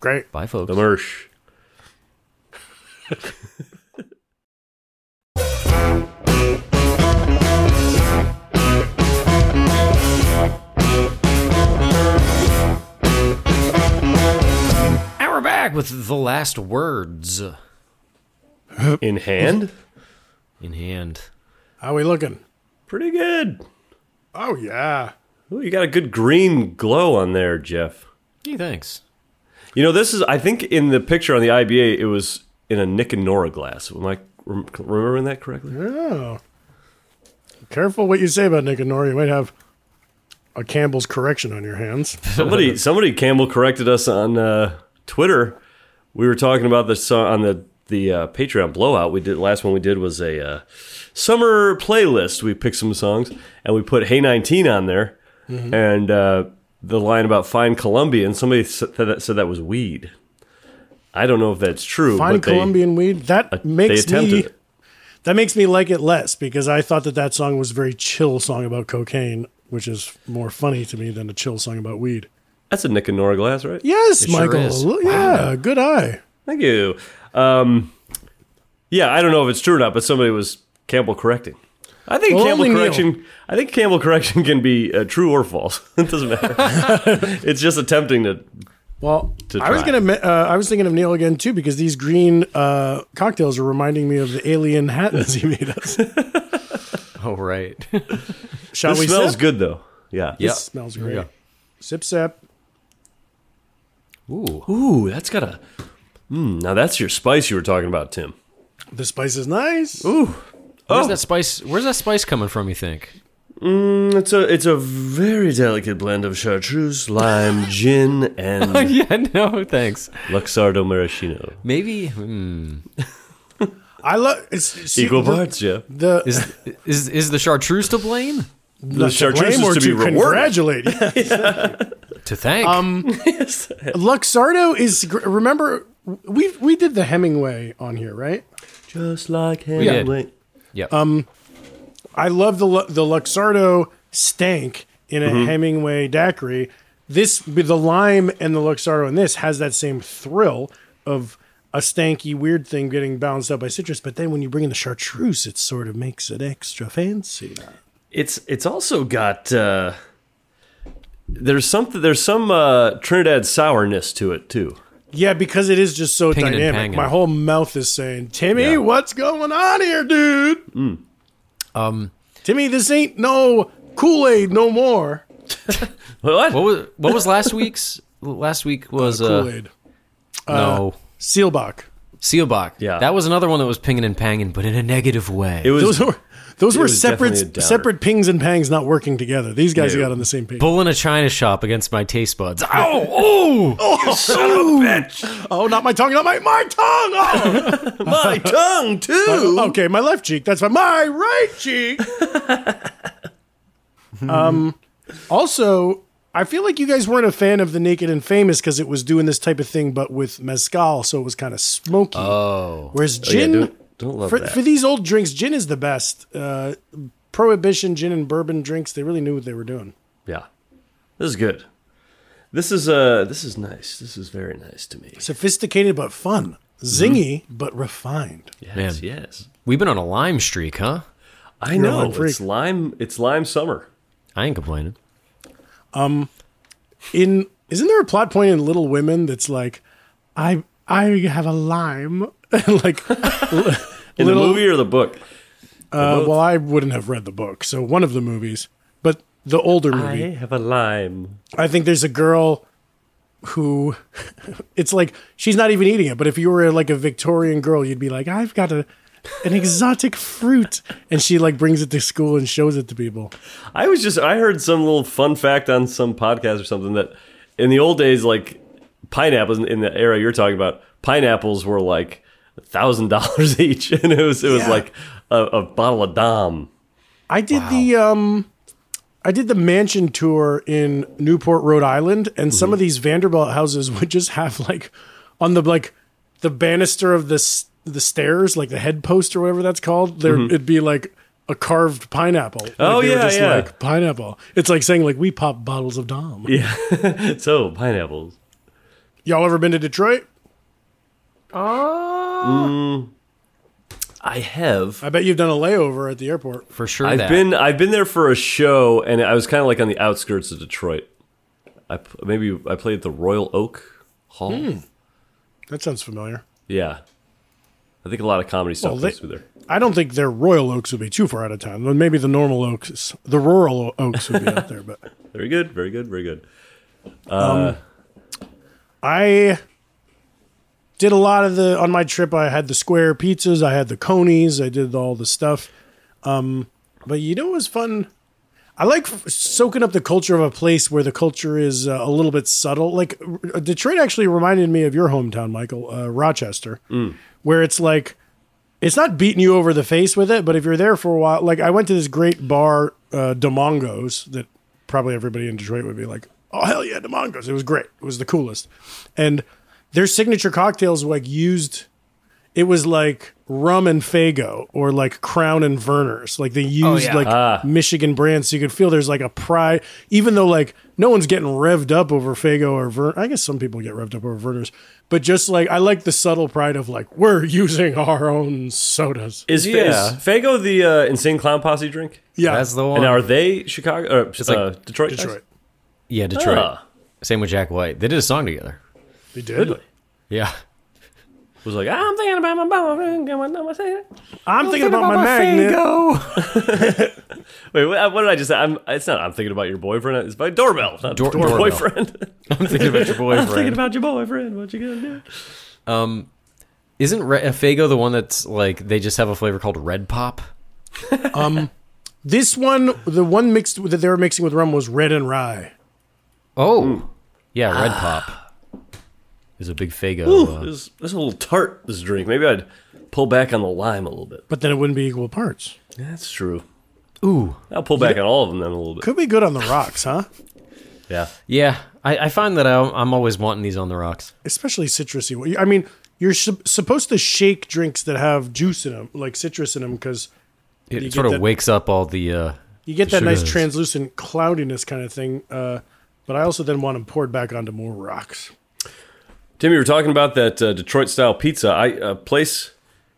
Speaker 3: Great.
Speaker 1: Bye, folks.
Speaker 2: The Mersh.
Speaker 1: And we're back with the last words
Speaker 2: In hand?
Speaker 1: in hand.
Speaker 3: How we looking?
Speaker 2: Pretty good.
Speaker 3: Oh yeah.
Speaker 2: Ooh, you got a good green glow on there, Jeff.
Speaker 1: Hey, thanks.
Speaker 2: You know, this is, I think in the picture on the IBA, it was in a Nick and Nora glass. Am I rem- remembering that correctly?
Speaker 3: Oh. Careful what you say about Nick and Nora. You might have a Campbell's correction on your hands.
Speaker 2: Somebody, somebody, Campbell corrected us on uh, Twitter. We were talking about this song on the the uh, Patreon blowout we did. Last one we did was a uh, summer playlist. We picked some songs and we put "Hey 19" on there,
Speaker 3: Mm-hmm.
Speaker 2: and uh, the line about "Fine Colombian." Somebody said that, said that was weed. I don't know if that's true.
Speaker 3: Fine
Speaker 2: but they-
Speaker 3: Colombian weed. That
Speaker 2: They,
Speaker 3: makes
Speaker 2: attempted.
Speaker 3: me
Speaker 2: it.
Speaker 3: that makes me like it less because I thought that that song was a very chill song about cocaine, which is more funny to me than a chill song about weed.
Speaker 2: That's a Nick and Nora glass, right?
Speaker 3: Yes,
Speaker 1: sure
Speaker 3: Michael.
Speaker 1: is.
Speaker 3: Look- Yeah, good eye.
Speaker 2: Thank you. Um, yeah, I don't know if it's true or not, but somebody was Campbell correcting. I think
Speaker 3: Well,
Speaker 2: Campbell
Speaker 3: only Neil.
Speaker 2: correction. I think Campbell correction can be uh, true or false. it doesn't matter. it's just attempting to.
Speaker 3: Well,
Speaker 2: to
Speaker 3: I was
Speaker 2: try.
Speaker 3: gonna. me- Uh, I was thinking of Neil again too because these green uh, cocktails are reminding me of the alien Hattons he made us. Oh,
Speaker 1: All right.
Speaker 3: Shall
Speaker 2: This
Speaker 3: we?
Speaker 2: smells
Speaker 3: sip?
Speaker 2: good though. Yeah.
Speaker 1: Yeah.
Speaker 3: This smells
Speaker 1: Here we
Speaker 3: great. Sip, sip.
Speaker 1: go.
Speaker 3: Oh.
Speaker 1: Ooh.
Speaker 2: Ooh, that's got a. Mm, now that's your spice you were talking about, Tim.
Speaker 3: The spice is nice.
Speaker 1: Where's
Speaker 2: Oh.
Speaker 1: that spice? Where's that spice coming from? You think?
Speaker 2: It's a it's a very delicate blend of chartreuse, lime, gin, and
Speaker 1: yeah. No. Thanks.
Speaker 2: Luxardo maraschino.
Speaker 1: Maybe. Hmm.
Speaker 3: I love it's see,
Speaker 2: Equal
Speaker 3: the-
Speaker 2: parts, yeah.
Speaker 3: The,
Speaker 1: Is is is the chartreuse to blame?
Speaker 2: The chartreuse
Speaker 3: blame
Speaker 2: is
Speaker 3: or
Speaker 2: to be rewarded.
Speaker 3: congratulate.
Speaker 1: To thank.
Speaker 3: Um, Luxardo is. gr- Remember, we we did the Hemingway on here, right?
Speaker 2: Just like
Speaker 1: did.
Speaker 2: Hemingway.
Speaker 1: yep.
Speaker 3: I love the Lu- the Luxardo stank in a
Speaker 1: Mm-hmm.
Speaker 3: Hemingway daiquiri. This with the lime and the Luxardo in this has that same thrill of a stanky weird thing getting balanced out by citrus, but then when you bring in the chartreuse, it sort of makes it extra fancy.
Speaker 2: It's it's also got uh, there's something there's some uh, Trinidad sourness to it too.
Speaker 3: Yeah, because it is just so
Speaker 1: Pinging and
Speaker 3: dynamic.
Speaker 1: panging.
Speaker 3: My whole mouth is saying, Timmy,
Speaker 2: Yeah.
Speaker 3: what's going on here, dude?
Speaker 1: Mm.
Speaker 3: Um, Timmy, this ain't no Kool Aid no more.
Speaker 1: What
Speaker 2: What?
Speaker 1: was what was last week's? Last week was uh,
Speaker 3: Kool Aid.
Speaker 1: no
Speaker 3: Uh, Sealbach.
Speaker 1: Seelbach.
Speaker 2: Yeah.
Speaker 1: that was another one that was pinging and panging, but in a negative way.
Speaker 2: it was
Speaker 3: Those were those were
Speaker 2: was definitely a
Speaker 3: separate
Speaker 2: downer.
Speaker 3: separate pings and pangs not working together. These guys got on the same page.
Speaker 1: bull in a china shop against my taste buds. Ah, Ow! Oh,
Speaker 3: Oh, not my tongue, not my my tongue. Oh.
Speaker 2: my Oh, tongue too.
Speaker 3: okay, my left cheek. That's my my right cheek. um. Also, I feel like you guys weren't a fan of the Naked and Famous because it was doing this type of thing, but with mezcal, so it was kind of smoky. Oh, whereas gin.
Speaker 2: don't, don't love
Speaker 3: for,
Speaker 2: that.
Speaker 3: for these old drinks, gin is the best. Uh, Prohibition gin and bourbon drinks, they really knew what they were doing.
Speaker 2: yeah, this is good. This is uh this is nice. This is very nice to me.
Speaker 3: Sophisticated but fun. Zingy
Speaker 2: Mm-hmm.
Speaker 3: but refined.
Speaker 2: Yes,
Speaker 1: Man.
Speaker 2: yes.
Speaker 1: We've been on a lime streak, huh?
Speaker 2: I
Speaker 3: You're a
Speaker 2: know
Speaker 3: lime freak.
Speaker 2: it's lime. It's lime summer.
Speaker 1: I ain't complaining.
Speaker 3: In isn't there a plot point in Little Women that's like, I I have a lime and like, uh,
Speaker 2: In
Speaker 3: Little-
Speaker 2: the movie or the book?
Speaker 3: uh, well I wouldn't have read the book, so one of the movies, but the older
Speaker 2: I
Speaker 3: movie.
Speaker 2: have a lime.
Speaker 3: I think there's a girl who it's like she's not even eating it, but if you were like a Victorian girl, you'd be like, I've got a an exotic fruit. And she like brings it to school and shows it to people.
Speaker 2: I was just I heard some little fun fact on some podcast or something that in the old days, like pineapples in the era you're talking about, pineapples were like a thousand dollars each, and it was it was
Speaker 3: Yeah.
Speaker 2: like a, a bottle of Dom.
Speaker 3: I did the um I did the mansion tour in Newport, Rhode Island, and
Speaker 2: Mm-hmm.
Speaker 3: some of these Vanderbilt houses would just have like on the like the banister of the s- the stairs, like the head post or whatever that's called, there it'd be like a carved pineapple. Like,
Speaker 2: Mm-hmm. Oh,
Speaker 3: they were
Speaker 2: yeah, yeah.
Speaker 3: like pineapple. It's like saying like we pop bottles of Dom.
Speaker 2: So pineapples.
Speaker 3: Y'all ever been to Detroit?
Speaker 2: I have.
Speaker 3: I bet you've done a layover at the airport.
Speaker 1: For sure.
Speaker 2: I've
Speaker 1: that.
Speaker 2: been I've been there for a show, and I was kind of like on the outskirts of Detroit. I p- maybe I played at the Royal Oak Hall.
Speaker 3: That sounds familiar.
Speaker 2: Yeah, I think a lot of comedy stuff
Speaker 3: Well, they-
Speaker 2: goes through there.
Speaker 3: I don't think their Royal Oaks would be too far out of town. Well, Maybe the normal oaks, the rural oaks would be out there, but
Speaker 2: Very good, very good, very good.
Speaker 3: I did a lot of the on my trip. I had the square pizzas, I had the conies, I did all the stuff. Um, but you know what was fun? I like f- soaking up the culture of a place where the culture is uh, a little bit subtle. Like r- uh, Detroit actually reminded me of your hometown, Michael, uh, Rochester, where it's like it's not beating you over the face with it, but if you're there for a while, like I went to this great bar, uh, Demongos, that probably everybody in Detroit would be like, oh, hell yeah, Demongos. It was great. It was the coolest. And their signature cocktails like used, it was like rum and Fago or like Crown and Verner's. Like they used
Speaker 1: yeah.
Speaker 3: like Michigan brands. So you could feel there's like a pride, even though like no one's getting revved up over Fago or Verner. I guess some people get revved up over Verner's, but just like I like the subtle pride of like, we're using our own sodas.
Speaker 2: Is, Fa-
Speaker 1: Yeah.
Speaker 2: is Fago the uh, Insane Clown Posse drink?
Speaker 3: Yeah.
Speaker 1: That's the one.
Speaker 2: And are they Chicago or uh,
Speaker 1: like
Speaker 2: Detroit? guys?
Speaker 3: Detroit.
Speaker 1: yeah, Detroit.
Speaker 2: Ah.
Speaker 1: Same with Jack White. They did a song together.
Speaker 3: They did.
Speaker 1: Yeah.
Speaker 2: was like I'm thinking about my mama.
Speaker 3: I'm thinking about, my, magnet.
Speaker 2: Wait, what, what did I just say? I'm, it's not. I'm thinking about your boyfriend. It's my doorbell. Not
Speaker 1: Door-
Speaker 2: your
Speaker 1: doorbell.
Speaker 2: boyfriend.
Speaker 1: I'm thinking about your boyfriend.
Speaker 2: thinking about your boyfriend. What you gonna do?
Speaker 1: Isn't Re- Fago the one that's like they just have a flavor called Red Pop?
Speaker 3: Um, This one, the one mixed that they were mixing with rum was red and rye.
Speaker 1: Oh, Ah. yeah, Red Pop is a big Fago. Uh,
Speaker 2: This, this is a little tart. This drink. Maybe I'd pull back on the lime a little bit.
Speaker 3: But then it wouldn't be equal parts.
Speaker 2: That's true.
Speaker 1: ooh,
Speaker 2: I'll pull back on all of them then a little bit.
Speaker 3: Could be good on the rocks, huh?
Speaker 2: Yeah.
Speaker 1: yeah. I, I find that I'm, I'm always wanting these on the rocks.
Speaker 3: Especially citrusy. I mean, you're sup- supposed to shake drinks that have juice in them, like citrus in them, because
Speaker 1: It
Speaker 3: get
Speaker 1: sort of
Speaker 3: that-
Speaker 1: wakes up all the. Uh,
Speaker 3: you get that
Speaker 1: Sure
Speaker 3: nice
Speaker 1: does.
Speaker 3: translucent cloudiness kind of thing. Uh, but I also then want them poured back onto more rocks.
Speaker 2: Timmy, we were talking about that uh, Detroit style pizza. I a place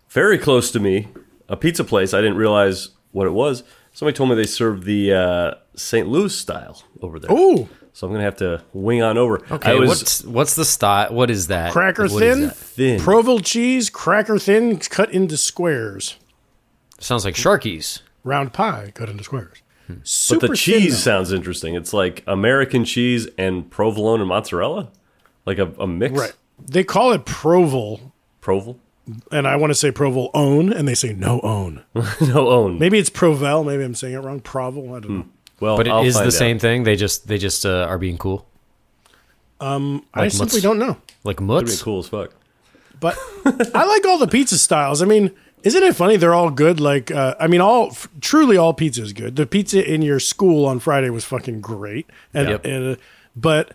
Speaker 2: very close to me, a pizza place. I didn't realize what it was. Somebody told me they serve the uh, St. Louis style over there.
Speaker 3: Ooh,
Speaker 2: So I'm gonna have to wing on over.
Speaker 1: Okay,
Speaker 2: I was
Speaker 1: what's what's the style? What is that?
Speaker 3: cracker
Speaker 1: What is
Speaker 3: thin,
Speaker 1: that?
Speaker 2: thin.
Speaker 3: Provel cheese, cracker thin, cut into squares.
Speaker 1: Sounds like Sharkies.
Speaker 3: Round pie, cut into squares.
Speaker 1: Hmm.
Speaker 2: but
Speaker 3: Super
Speaker 2: the
Speaker 3: thin,
Speaker 2: cheese
Speaker 3: though.
Speaker 2: sounds interesting. It's like American cheese and provolone and mozzarella, like a, a mix.
Speaker 3: right? They call it Provel,
Speaker 2: Provol.
Speaker 3: and I want to say Provel own, and they say no own.
Speaker 1: Hmm.
Speaker 2: no own.
Speaker 3: Maybe it's Provel. Maybe I'm saying it wrong. Provel. I don't
Speaker 1: Hmm.
Speaker 3: know.
Speaker 2: Well,
Speaker 1: But it is
Speaker 2: I'll
Speaker 1: the
Speaker 2: find out.
Speaker 1: same thing. They just they just uh, are being cool.
Speaker 3: I
Speaker 1: Like
Speaker 3: simply
Speaker 1: mutz.
Speaker 3: don't know.
Speaker 1: Like
Speaker 2: That'd
Speaker 1: mutz.
Speaker 2: be cool as fuck.
Speaker 3: But I like all the pizza styles. I mean, isn't it funny? They're all good. Like, uh, I mean, all f- truly all pizza is good. The pizza in your school on Friday was fucking great. And,
Speaker 1: Yep.
Speaker 3: and, uh, but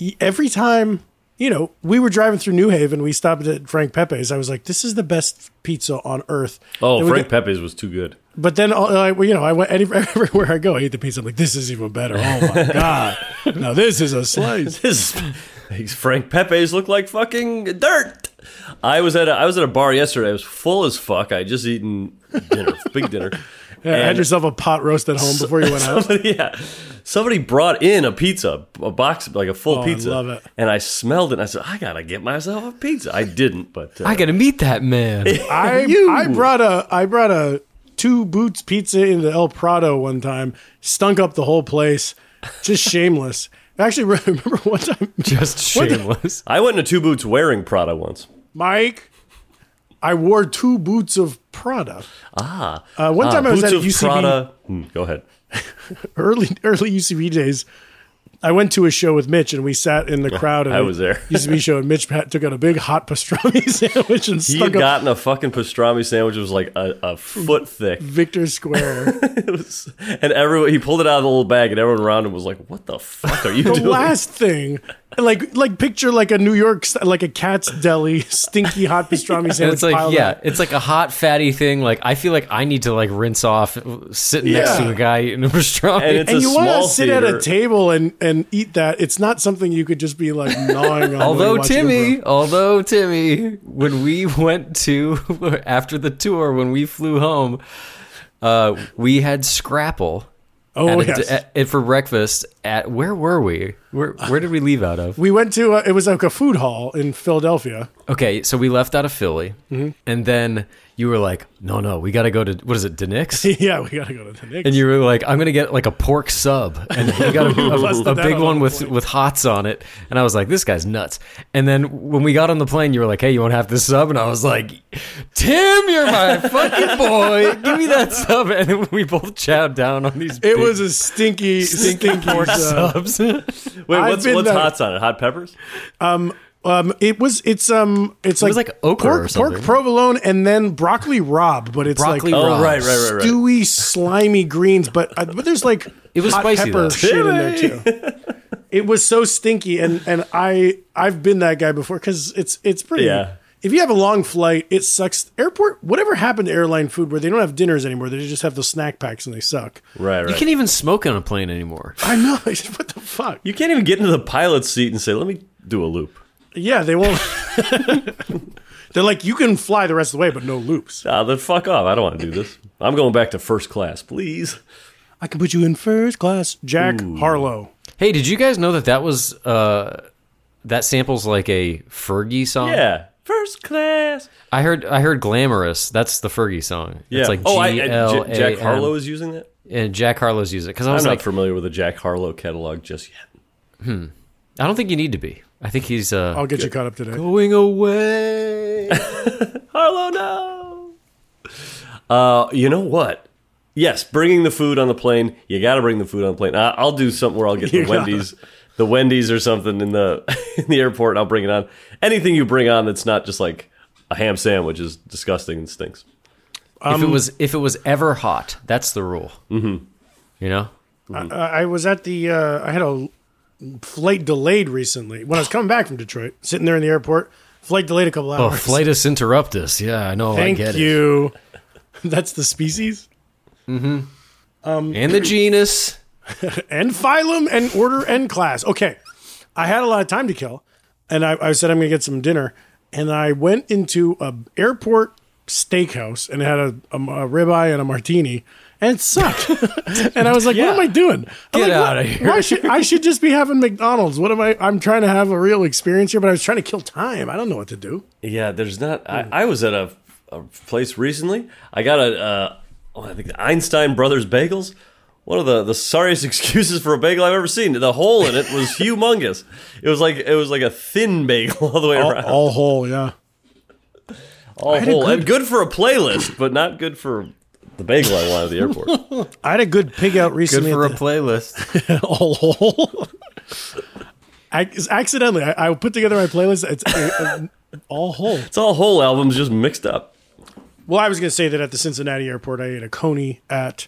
Speaker 3: y- every time, you know, we were driving through New Haven, we stopped at Frank Pepe's. I was like, this is the best pizza on earth.
Speaker 2: Oh,
Speaker 3: And we
Speaker 2: Frank
Speaker 3: go-
Speaker 2: Pepe's was too good.
Speaker 3: But then, all- I, well, you know, I went any, everywhere I go, I eat the pizza. I'm like, this is even better. Oh my god! now this is a slice.
Speaker 2: This these Frank Pepe's look like fucking dirt. I was at a, I was at a bar yesterday. I was full as fuck. I had just eaten dinner, big dinner.
Speaker 3: Yeah, had
Speaker 2: And-
Speaker 3: yourself a pot roast at home before you went out.
Speaker 2: Somebody, yeah. Somebody brought in a pizza, a box, like a full
Speaker 3: Oh, I
Speaker 2: pizza.
Speaker 3: love it.
Speaker 2: And I smelled it and I said, I got to get myself a pizza. I didn't, but uh,
Speaker 1: I gotta meet that man.
Speaker 3: I I brought a I brought a two boots pizza into El Prado one time, stunk up the whole place, just shameless. Actually, re- remember one time,
Speaker 1: just shameless.
Speaker 2: I went into Two Boots wearing Prada once.
Speaker 3: Mike, I wore two boots of Prada.
Speaker 2: Ah.
Speaker 3: Uh, one
Speaker 2: Ah,
Speaker 3: time I was
Speaker 2: Boots
Speaker 3: at
Speaker 2: of
Speaker 3: UCB
Speaker 2: Prada. Hmm, go ahead.
Speaker 3: early early UCB days. I went to a show with Mitch and we sat in the crowd. And
Speaker 2: Oh, I was there.
Speaker 3: UCB show and Mitch Pat took out a big hot pastrami sandwich and
Speaker 2: He
Speaker 3: stuck
Speaker 2: had
Speaker 3: up
Speaker 2: gotten a fucking pastrami sandwich. It was like a, a foot thick.
Speaker 3: Victor Square.
Speaker 2: It was, and everyone, he pulled it out of the little bag and everyone around him was like, what the fuck are you
Speaker 3: the
Speaker 2: doing?
Speaker 3: last thing like like picture like a new york st- like a cat's deli stinky hot pastrami
Speaker 1: And
Speaker 3: sandwich
Speaker 1: it's like
Speaker 3: piled
Speaker 1: yeah,
Speaker 3: up.
Speaker 1: it's like a hot fatty thing. Like I feel like I need to like rinse off sitting next
Speaker 3: Yeah.
Speaker 1: to a guy in a restaurant.
Speaker 2: And it's
Speaker 3: and
Speaker 2: a
Speaker 3: you want
Speaker 2: small
Speaker 3: to sit at
Speaker 2: theater.
Speaker 3: a table and and eat that it's not something you could just be like gnawing on while you
Speaker 1: although
Speaker 3: watch
Speaker 1: Timmy,
Speaker 3: Uber.
Speaker 1: although Timmy, when we went to after the tour, when we flew home, uh, we had Scrapple.
Speaker 3: oh
Speaker 1: at a-
Speaker 3: yes.
Speaker 1: at- at- for breakfast at where were we? Where where did we leave out of?
Speaker 3: we went to uh it was like a food hall in philadelphia
Speaker 1: Okay, so we left out of Philly,
Speaker 3: Mm-hmm.
Speaker 1: and then you were like, "No, no, we got to go to what is it, Denick's?"
Speaker 3: yeah we gotta go to the next
Speaker 1: And you were like, "I'm gonna get like a pork sub," and we got a,
Speaker 3: Busted
Speaker 1: a, a
Speaker 3: that
Speaker 1: big
Speaker 3: out on
Speaker 1: one
Speaker 3: the
Speaker 1: with
Speaker 3: plane.
Speaker 1: with hots on it. And I was like, "This guy's nuts." And then when we got on the plane, you were like, "Hey, you want half this sub?" And I was like, "Tim, you're my fucking boy. Give me that sub." And then we both chowed down on these.
Speaker 3: it
Speaker 1: big
Speaker 3: was a stinky stinky
Speaker 1: pork
Speaker 3: sub.
Speaker 1: subs.
Speaker 2: Wait,
Speaker 3: I've
Speaker 2: what's,
Speaker 3: been
Speaker 2: what's
Speaker 3: there.
Speaker 2: hots on it? Hot peppers?
Speaker 3: um it was it's um it's
Speaker 1: It
Speaker 3: like
Speaker 1: was like okra or
Speaker 3: pork, pork
Speaker 1: something.
Speaker 3: provolone and then broccoli rob but it's
Speaker 1: Broccoli
Speaker 3: like
Speaker 1: Oh,
Speaker 2: Oh,
Speaker 1: Rob.
Speaker 2: right, right, right, right.
Speaker 3: stewy, slimy greens, but uh, but there's like
Speaker 1: It was
Speaker 3: hot
Speaker 1: spicy,
Speaker 3: pepper
Speaker 1: though.
Speaker 3: shit in there too. It was so stinky, and and I I've been that guy before because it's it's pretty.
Speaker 2: Yeah.
Speaker 3: If you have a long flight, it sucks. Airport, whatever happened to airline food where they don't have dinners anymore, they just have those snack packs and they suck.
Speaker 2: Right, right.
Speaker 1: You can't even smoke on a plane anymore.
Speaker 3: I know. what the fuck?
Speaker 2: You can't even get into the pilot's seat and say, "Let me do a loop."
Speaker 3: Yeah, they won't. They're like, you can fly the rest of the way, but no loops.
Speaker 2: Ah, then fuck off. I don't want to do this. I'm going back to first class, please.
Speaker 3: I can put you in first class. Jack Harlow.
Speaker 1: Hey, did you guys know that that was uh, that samples like a Fergie song?
Speaker 2: Yeah, first class.
Speaker 1: I heard I heard "Glamorous." That's the Fergie song.
Speaker 2: Yeah.
Speaker 1: It's like
Speaker 2: oh, I-
Speaker 1: G
Speaker 2: I-
Speaker 1: L
Speaker 2: J- Jack
Speaker 1: A M.
Speaker 2: Harlow is using that.
Speaker 1: and Jack Harlow's using it because I was
Speaker 2: I'm
Speaker 1: like,
Speaker 2: not familiar with the Jack Harlow catalog just yet.
Speaker 1: I don't think you need to be. I think he's uh,
Speaker 3: I'll get you caught up today.
Speaker 1: going away.
Speaker 2: Harlow, no. Uh, you know what? Yes, bringing the food on the plane. You got to bring the food on the plane. I, I'll do something where I'll get the
Speaker 3: You gotta.
Speaker 2: Wendy's, the Wendy's or something in the in the airport. And I'll bring it on. Anything you bring on that's not just like a ham sandwich is disgusting and stinks.
Speaker 3: Um,
Speaker 1: if it was if it was ever hot, that's the rule. Mm-hmm. You know,
Speaker 3: I was at the uh, I had a flight delayed recently when I was coming back from Detroit, sitting there in the airport. Flight delayed a couple
Speaker 1: oh,
Speaker 3: hours.
Speaker 1: flightus interruptus. Yeah, I know.
Speaker 3: Thank
Speaker 1: I get
Speaker 3: you. That's the species
Speaker 1: it. And the genus.
Speaker 3: and phylum and order and class. Okay, I had a lot of time to kill, and I, I said I'm going to get some dinner, and I went into a airport steakhouse and had a, a, a ribeye and a martini, and it sucked. and I was like, "What am I doing? I'm
Speaker 1: Get
Speaker 3: like,
Speaker 1: outta
Speaker 3: "What-
Speaker 1: here."
Speaker 3: Why should I should just be having McDonald's? What am I? I'm trying to have a real experience here, but I was trying to kill time. I don't know what to do.
Speaker 2: Yeah, there's not. I, I was at a, a place recently. I got a, uh, oh, I think the Einstein Brothers bagels. One of the, the sorriest excuses for a bagel I've ever seen. The hole in it was humongous. It was like it was like a thin bagel all the way around, all,
Speaker 3: whole, yeah. had a
Speaker 2: hole,
Speaker 3: good-
Speaker 2: and good for a playlist, but not good for the bagel I wanted at the airport.
Speaker 3: I had a good pig out
Speaker 1: Good
Speaker 3: recently.
Speaker 1: for a
Speaker 3: at the-
Speaker 1: playlist.
Speaker 3: all whole. I, accidentally, I, I put together my playlist. It's uh, uh, all whole.
Speaker 2: It's all whole albums just mixed up.
Speaker 3: Well, I was going to say that at the Cincinnati airport, I ate a coney at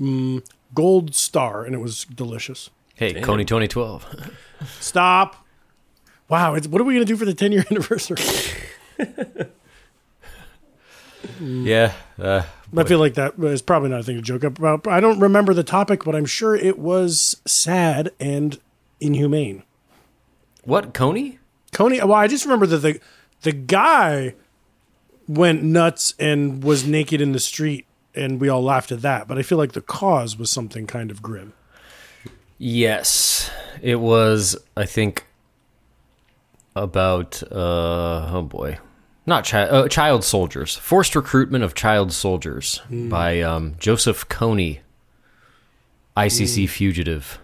Speaker 3: mm, Gold Star, and it was delicious.
Speaker 1: Hey, Coney 2012.
Speaker 3: Stop. Wow, it's, what are we going to do for the 10 year anniversary?
Speaker 1: Yeah. Uh,
Speaker 3: I feel like that is probably not a thing to joke about. I don't remember the topic, but I'm sure it was sad and inhumane.
Speaker 1: what, Coney?
Speaker 3: Coney. Well, I just remember that the the guy went nuts and was naked in the street, and we all laughed at that. But I feel like the cause was something kind of grim.
Speaker 1: Yes. It was, I think, about, uh, oh boy. Not child, uh, child soldiers. Forced recruitment of child soldiers
Speaker 3: Hmm.
Speaker 1: by um, Joseph Coney, ICC fugitive.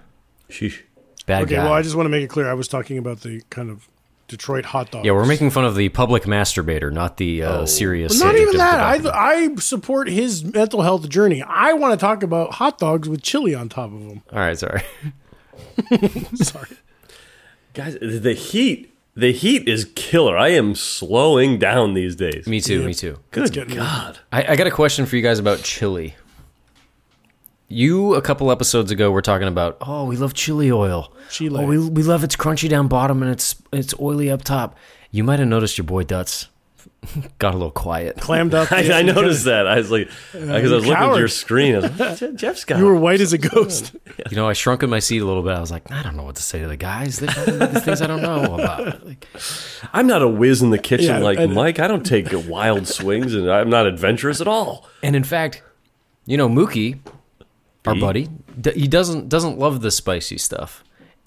Speaker 2: Sheesh.
Speaker 1: Bad
Speaker 3: Hmm. Okay.
Speaker 1: guy.
Speaker 3: Well, I just want to make it clear. I was talking about the kind of Detroit hot dog.
Speaker 1: yeah, we're making fun of the public masturbator, not the uh, serious.
Speaker 3: Oh. not even
Speaker 1: addictive
Speaker 3: that.
Speaker 1: development.
Speaker 3: I I support his mental health journey. I want to talk about hot dogs with chili on top of them.
Speaker 1: All right, sorry.
Speaker 3: Sorry.
Speaker 2: Guys, the heat, the heat is killer. I am slowing down these days.
Speaker 1: Me too. Me too.
Speaker 3: Good getting
Speaker 2: God.
Speaker 1: I, I got a question for you guys about chili. You a couple episodes ago were talking about oh we love chili oil.
Speaker 3: Chile.
Speaker 1: Oh, we, we love its crunchy down bottom and it's it's oily up top. You might have noticed your boy Dutz got a little quiet.
Speaker 3: clammed up.
Speaker 2: I, I noticed that. I was like, because I was looking at
Speaker 3: Uh, coward.
Speaker 2: your screen. I was like, "Je- Jeff's got.
Speaker 3: You were white as a ghost.
Speaker 1: You know, I shrunk in my seat a little bit. I was like, I don't know what to say to the guys. They're talking about these things I don't know about. Like,
Speaker 2: I'm not a whiz in the kitchen
Speaker 3: Yeah,
Speaker 2: like
Speaker 3: I know.
Speaker 2: Mike. I don't take wild swings, and I'm not adventurous at all.
Speaker 1: And in fact, you know Mookie, our
Speaker 2: Bee?
Speaker 1: buddy, d- he doesn't doesn't love the spicy stuff.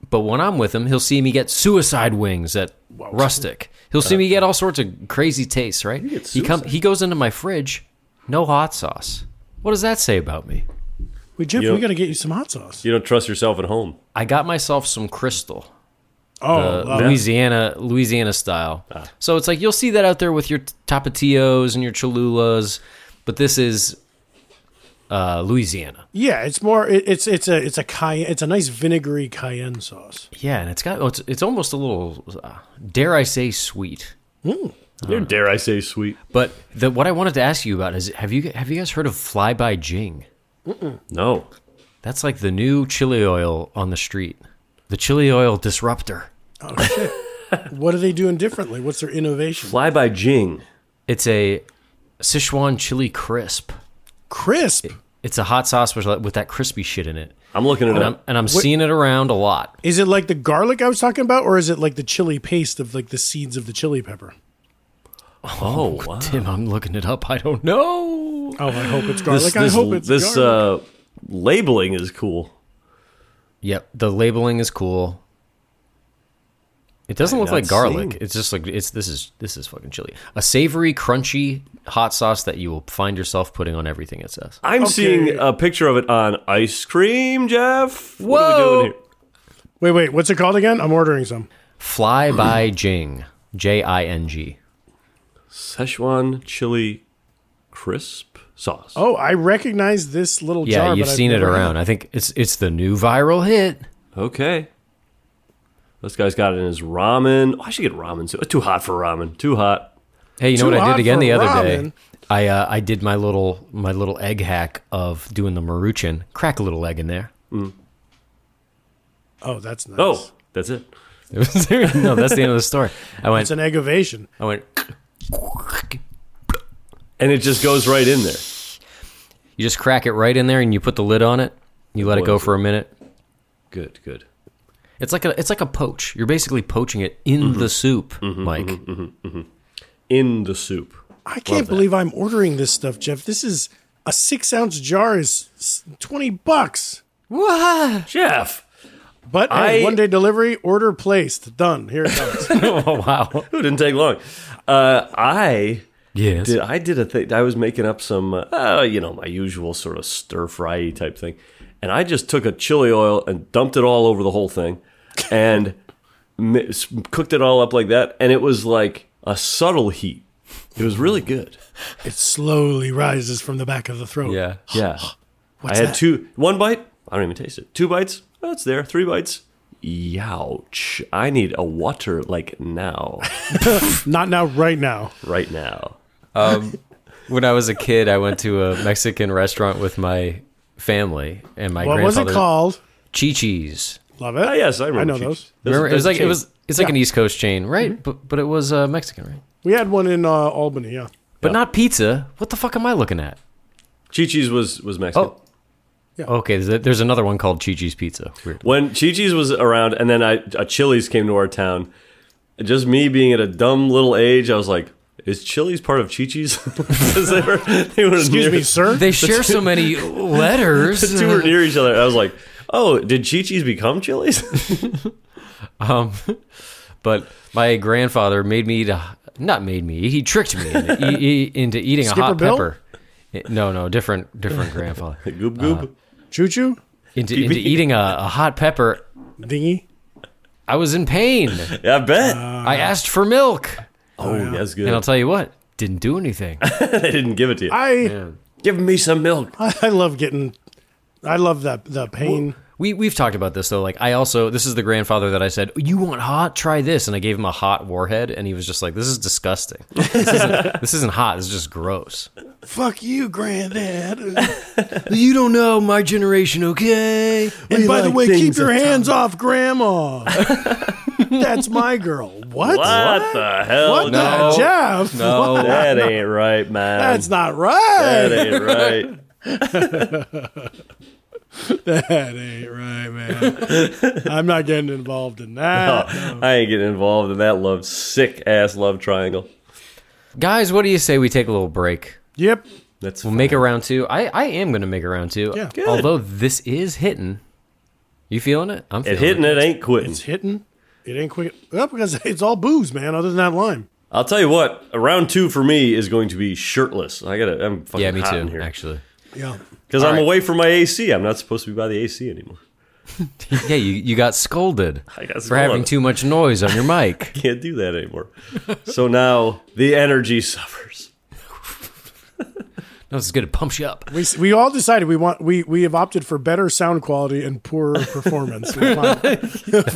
Speaker 1: But when I'm with him, he'll see me get suicide wings at rustic. He'll see me get all sorts of crazy tastes. Right? He come he goes into my fridge, no hot sauce. What does that say about me?
Speaker 3: Wait, Jeff,
Speaker 2: You
Speaker 3: we
Speaker 2: know-
Speaker 3: got to get you some hot sauce.
Speaker 2: You don't trust yourself at home.
Speaker 1: I got myself some crystal.
Speaker 3: oh,
Speaker 1: uh,
Speaker 3: uh,
Speaker 1: Louisiana Louisiana style. So it's like you'll see that out there with your t- tapatios and your cholulas, but this is uh, Louisiana.
Speaker 3: Yeah, it's more. It, it's it's a it's a cayenne. It's a nice vinegary cayenne sauce.
Speaker 1: Yeah, and it's got oh, it's it's almost a little uh, dare I say sweet.
Speaker 2: Dare I say sweet?
Speaker 1: But the, what I wanted to ask you about is have you have you guys heard of Fly by Jing?
Speaker 2: No.
Speaker 1: That's like the new chili oil on the street, the chili oil disruptor.
Speaker 3: What are they doing differently? What's their innovation?
Speaker 2: Fly by Jing.
Speaker 1: It's a Sichuan chili crisp.
Speaker 3: Crisp.
Speaker 1: It's a hot sauce with, with that crispy shit in it,
Speaker 2: I'm looking it
Speaker 1: and I'm
Speaker 2: up.
Speaker 1: and I'm seeing it around a lot.
Speaker 3: Is it like the garlic I was talking about, or is it like the chili paste of like the seeds of the chili pepper?
Speaker 2: Oh, wow.
Speaker 1: Tim, I'm looking it up. I don't know.
Speaker 3: Oh, I hope it's garlic.
Speaker 2: This,
Speaker 3: I
Speaker 2: this,
Speaker 3: hope it's
Speaker 2: this
Speaker 3: garlic.
Speaker 2: uh, labeling is cool.
Speaker 1: Yep, the labeling is cool. It doesn't look
Speaker 2: not
Speaker 1: like garlic.
Speaker 2: seen-
Speaker 1: It's just like it's this is this is fucking chili. A savory, crunchy hot sauce that you will find yourself putting on everything. It says.
Speaker 2: I'm seeing a picture of it on ice cream, Jeff. What are we
Speaker 1: Whoa.
Speaker 2: doing here?
Speaker 3: wait, wait. What's it called again? I'm ordering some.
Speaker 1: Fly by Jing, J I N G.
Speaker 2: Szechuan chili crisp sauce.
Speaker 3: Oh, I recognize this little
Speaker 1: Yeah,
Speaker 3: jar.
Speaker 1: you've
Speaker 3: but I've
Speaker 1: seen it
Speaker 3: never had
Speaker 1: around. I think it's it's the new viral hit.
Speaker 2: Okay. This guy's got it in his ramen. Oh, I should get ramen soup. It's too hot for ramen. Too hot.
Speaker 1: Hey, you know what
Speaker 3: Too
Speaker 1: I
Speaker 3: hot
Speaker 1: did again
Speaker 3: for
Speaker 1: the other day?
Speaker 3: ramen.
Speaker 1: I uh, I did my little my little egg hack of doing the maruchan. Crack a little egg in there.
Speaker 3: Oh, that's nice.
Speaker 2: Oh, that's it.
Speaker 1: no, that's the end of the story. I went.
Speaker 3: it's an egg ovation.
Speaker 1: I went.
Speaker 2: And it just goes right in there.
Speaker 1: You just crack it right in there, and you put the lid on it. You let it go
Speaker 2: Boils
Speaker 1: for a minute.
Speaker 2: Good, good.
Speaker 1: It's like a it's like a poach. You're basically poaching it in
Speaker 2: Mm-hmm.
Speaker 1: the soup, Mike.
Speaker 2: In the Ah, soup.
Speaker 3: I can't believe I'm ordering this stuff, Jeff. This is a six ounce jar is s- 20 bucks.
Speaker 1: What?
Speaker 2: Jeff.
Speaker 3: But hey,
Speaker 2: I-
Speaker 3: one day delivery, order placed. Done. Here it comes.
Speaker 1: Oh wow.
Speaker 2: Who didn't take long? Uh, I
Speaker 1: Yes.
Speaker 2: did. I did a thing. I was making up some, uh, uh, you know, my usual sort of stir fry type thing, and I just took a chili oil and dumped it all over the whole thing, and mi- s- cooked it all up like that. And it was like a subtle heat. It was really good.
Speaker 3: it slowly rises from the back of the throat.
Speaker 1: yeah.
Speaker 2: Yeah.
Speaker 3: What's
Speaker 2: I had
Speaker 3: that?
Speaker 2: two, one bite. I don't even taste it. Two bites. oh, it's there. Three bites. Youch. I need a water like now,
Speaker 3: Not now, right now.
Speaker 2: right now.
Speaker 1: When I was a kid, I went to a Mexican restaurant with my family and my
Speaker 3: What was
Speaker 1: grandfather.
Speaker 3: it called?
Speaker 1: Chi-Chi's.
Speaker 3: Love it.
Speaker 2: Ah, yes, I remember.
Speaker 3: know those.
Speaker 1: Remember, it was like it was it's like
Speaker 3: Yeah.
Speaker 1: an East Coast chain, right?
Speaker 2: Mm-hmm.
Speaker 1: But but it was uh, Mexican, right?
Speaker 3: We had one in uh, Albany. Yeah.
Speaker 1: But not pizza. What the fuck am I looking at?
Speaker 2: Chi-Chi's was was Mexican.
Speaker 1: Oh. Okay, there's, there's another one called Chi-Chi's Pizza. Weird.
Speaker 2: When Chi-Chi's was around, and then I, a Chili's came to our town. Just me being at a dumb little age, I was like, "Is Chili's part of Chi-Chi's?" 'Cause they were they were
Speaker 3: Excuse
Speaker 2: near,
Speaker 3: me, sir.
Speaker 1: They share so many letters.
Speaker 2: the two were near each other. I was like, "Oh, did Chi-Chi's become Chili's?"
Speaker 1: Um, but my grandfather made me eat a, not made me. He tricked me into, e- e- into eating
Speaker 3: Skipper
Speaker 1: a hot
Speaker 3: Bill?
Speaker 1: pepper. Eh, No, no, different different grandfather
Speaker 2: goop goop.
Speaker 3: Choo choo.
Speaker 1: into into eating a, a hot pepper.
Speaker 3: Dingy.
Speaker 1: I was in pain.
Speaker 2: yeah, I bet.
Speaker 1: I asked for milk,
Speaker 2: oh, that's good.
Speaker 1: and I'll tell you what, didn't do anything.
Speaker 2: they didn't give it to you.
Speaker 3: I
Speaker 2: Give me some milk.
Speaker 3: I love getting. I love that the pain.
Speaker 1: We we've talked about this though. Like I also this is the grandfather that I said you want hot, try this, and I gave him a hot warhead, and he was just like, "This is disgusting. This isn't, this isn't hot. This is just gross."
Speaker 3: Fuck you, granddad.
Speaker 1: You don't know my generation, okay?
Speaker 3: and by the
Speaker 2: like
Speaker 3: way, keep
Speaker 2: things
Speaker 3: your
Speaker 2: that-
Speaker 3: hands off grandma. That's my girl. What?
Speaker 2: What, the hell?
Speaker 3: What
Speaker 1: No.
Speaker 3: the Jeff?
Speaker 1: No,
Speaker 2: That ain't right, man.
Speaker 3: That's not right.
Speaker 2: that ain't right.
Speaker 3: That ain't right, man. I'm not getting involved in that.
Speaker 2: I ain't getting involved in that love sick ass love triangle.
Speaker 1: Guys, what do you say we take a little break?
Speaker 3: Yep.
Speaker 2: That's
Speaker 1: We'll make a round two. I, I am going to make a round two.
Speaker 3: Yeah. Good.
Speaker 1: Although this is hitting. You feeling it? I'm
Speaker 2: it
Speaker 1: feeling
Speaker 2: hitting it ain't quitting.
Speaker 3: It's hitting. It ain't quick. Well, because it's all booze, man, other than that lime.
Speaker 2: I'll tell you what, round two for me is going to be shirtless. I gotta, I'm fucking
Speaker 1: Yeah, me
Speaker 2: hot in
Speaker 1: too,
Speaker 2: here
Speaker 1: actually.
Speaker 3: Yeah.
Speaker 2: because I'm
Speaker 1: All right.
Speaker 2: away from my AC. I'm not supposed to be by the AC anymore.
Speaker 1: yeah, you, you got scolded
Speaker 2: I got
Speaker 1: for having
Speaker 2: scolded.
Speaker 1: too much noise on your mic.
Speaker 2: Can't do that anymore. so now the energy suffers.
Speaker 1: No, this is good. It pumps you up.
Speaker 3: We, we all decided we want we we have opted for better sound quality and poorer performance. We're fine.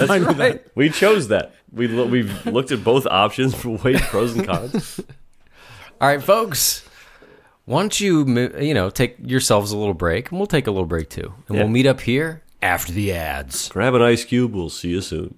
Speaker 3: Fine with that.
Speaker 2: We chose that. We lo- we've looked at both options for weight pros and cons.
Speaker 1: All right, folks. Why don't you, mo- you know, take yourselves a little break, and we'll take a little break too. And
Speaker 2: Yeah.
Speaker 1: we'll meet up here after the ads.
Speaker 2: Grab an ice cube. We'll see you soon.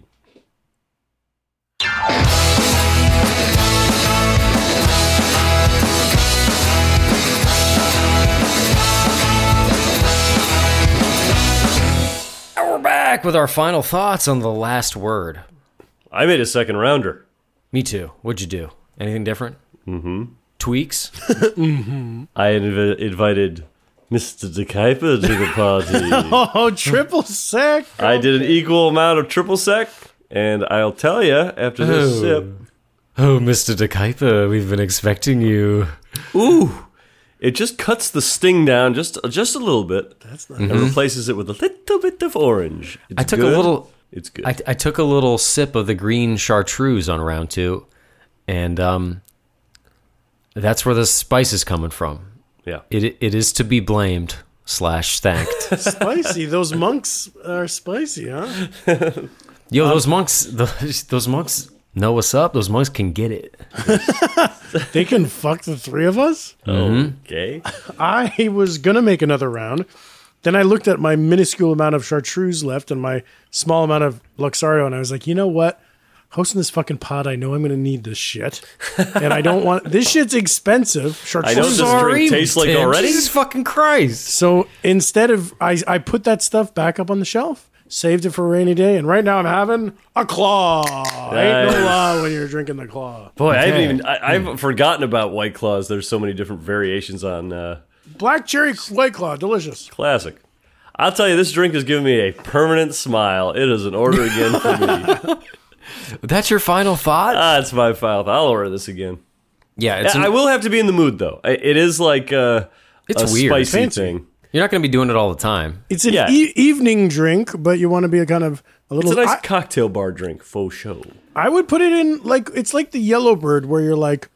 Speaker 1: And we're back with our final thoughts on the last word.
Speaker 2: I made a second rounder.
Speaker 1: Me too. What'd you do? Anything different? Mm-hmm. Tweaks?
Speaker 2: I inv- invited Mr. DeKuyper to the party.
Speaker 3: Oh, triple sec.
Speaker 2: I did an equal amount of triple sec, and I'll tell you after this
Speaker 1: Oh.
Speaker 2: sip.
Speaker 1: Oh, Mr. De Kuyper, we've been expecting you.
Speaker 2: Ooh. It just cuts the sting down just just a little bit and replaces it with a little bit of orange. It's
Speaker 1: I took a
Speaker 2: good.
Speaker 1: little-
Speaker 2: It's good.
Speaker 1: I, I took a little sip of the green chartreuse on round two, and um, that's where the spice is coming from.
Speaker 2: yeah.
Speaker 1: It it is to be blamed slash thanked.
Speaker 3: Spicy. Those monks are spicy, huh?
Speaker 1: Yo, those monks, those, those monks know what's up. Those monks can get it.
Speaker 3: They can fuck the three of us.
Speaker 1: mm-hmm.
Speaker 2: Okay.
Speaker 3: I was gonna make another round. Then I looked at my minuscule amount of chartreuse left and my small amount of Luxardo, and I was like, you know what? Hosting this fucking pod, I know I'm gonna need this shit, and I don't want this shit's expensive.
Speaker 2: I
Speaker 3: Chartreuse.
Speaker 2: know this drink tastes like
Speaker 1: Tim.
Speaker 2: already.
Speaker 1: Jesus fucking Christ!
Speaker 3: So instead of I, I put that stuff back up on the shelf, saved it for a rainy day, and right now I'm having a claw. Ain't
Speaker 2: Nice.
Speaker 3: no law when you're drinking the claw. Hmm.
Speaker 2: Boy, I haven't even I, I've forgotten about White Claws. There's so many different variations on uh,
Speaker 3: Black cherry white claw, delicious.
Speaker 2: Classic. I'll tell you, this drink has given me a permanent smile. It is an order again for me.
Speaker 1: That's your final thought?
Speaker 2: ah, it's my file. I'll order this again.
Speaker 1: yeah, it's
Speaker 2: I will have to be in the mood though. I- It is like a,
Speaker 1: It's
Speaker 2: a
Speaker 1: weird.
Speaker 2: spicy
Speaker 3: Fancy.
Speaker 2: thing.
Speaker 1: you're not going to be doing it all the time.
Speaker 3: It's an
Speaker 2: Yeah.
Speaker 3: e- evening drink, but you want to be a kind of a
Speaker 2: It's
Speaker 3: little.
Speaker 2: a nice
Speaker 3: I-
Speaker 2: cocktail bar drink, faux show.
Speaker 3: I would put it in like it's like the yellow bird where you're like,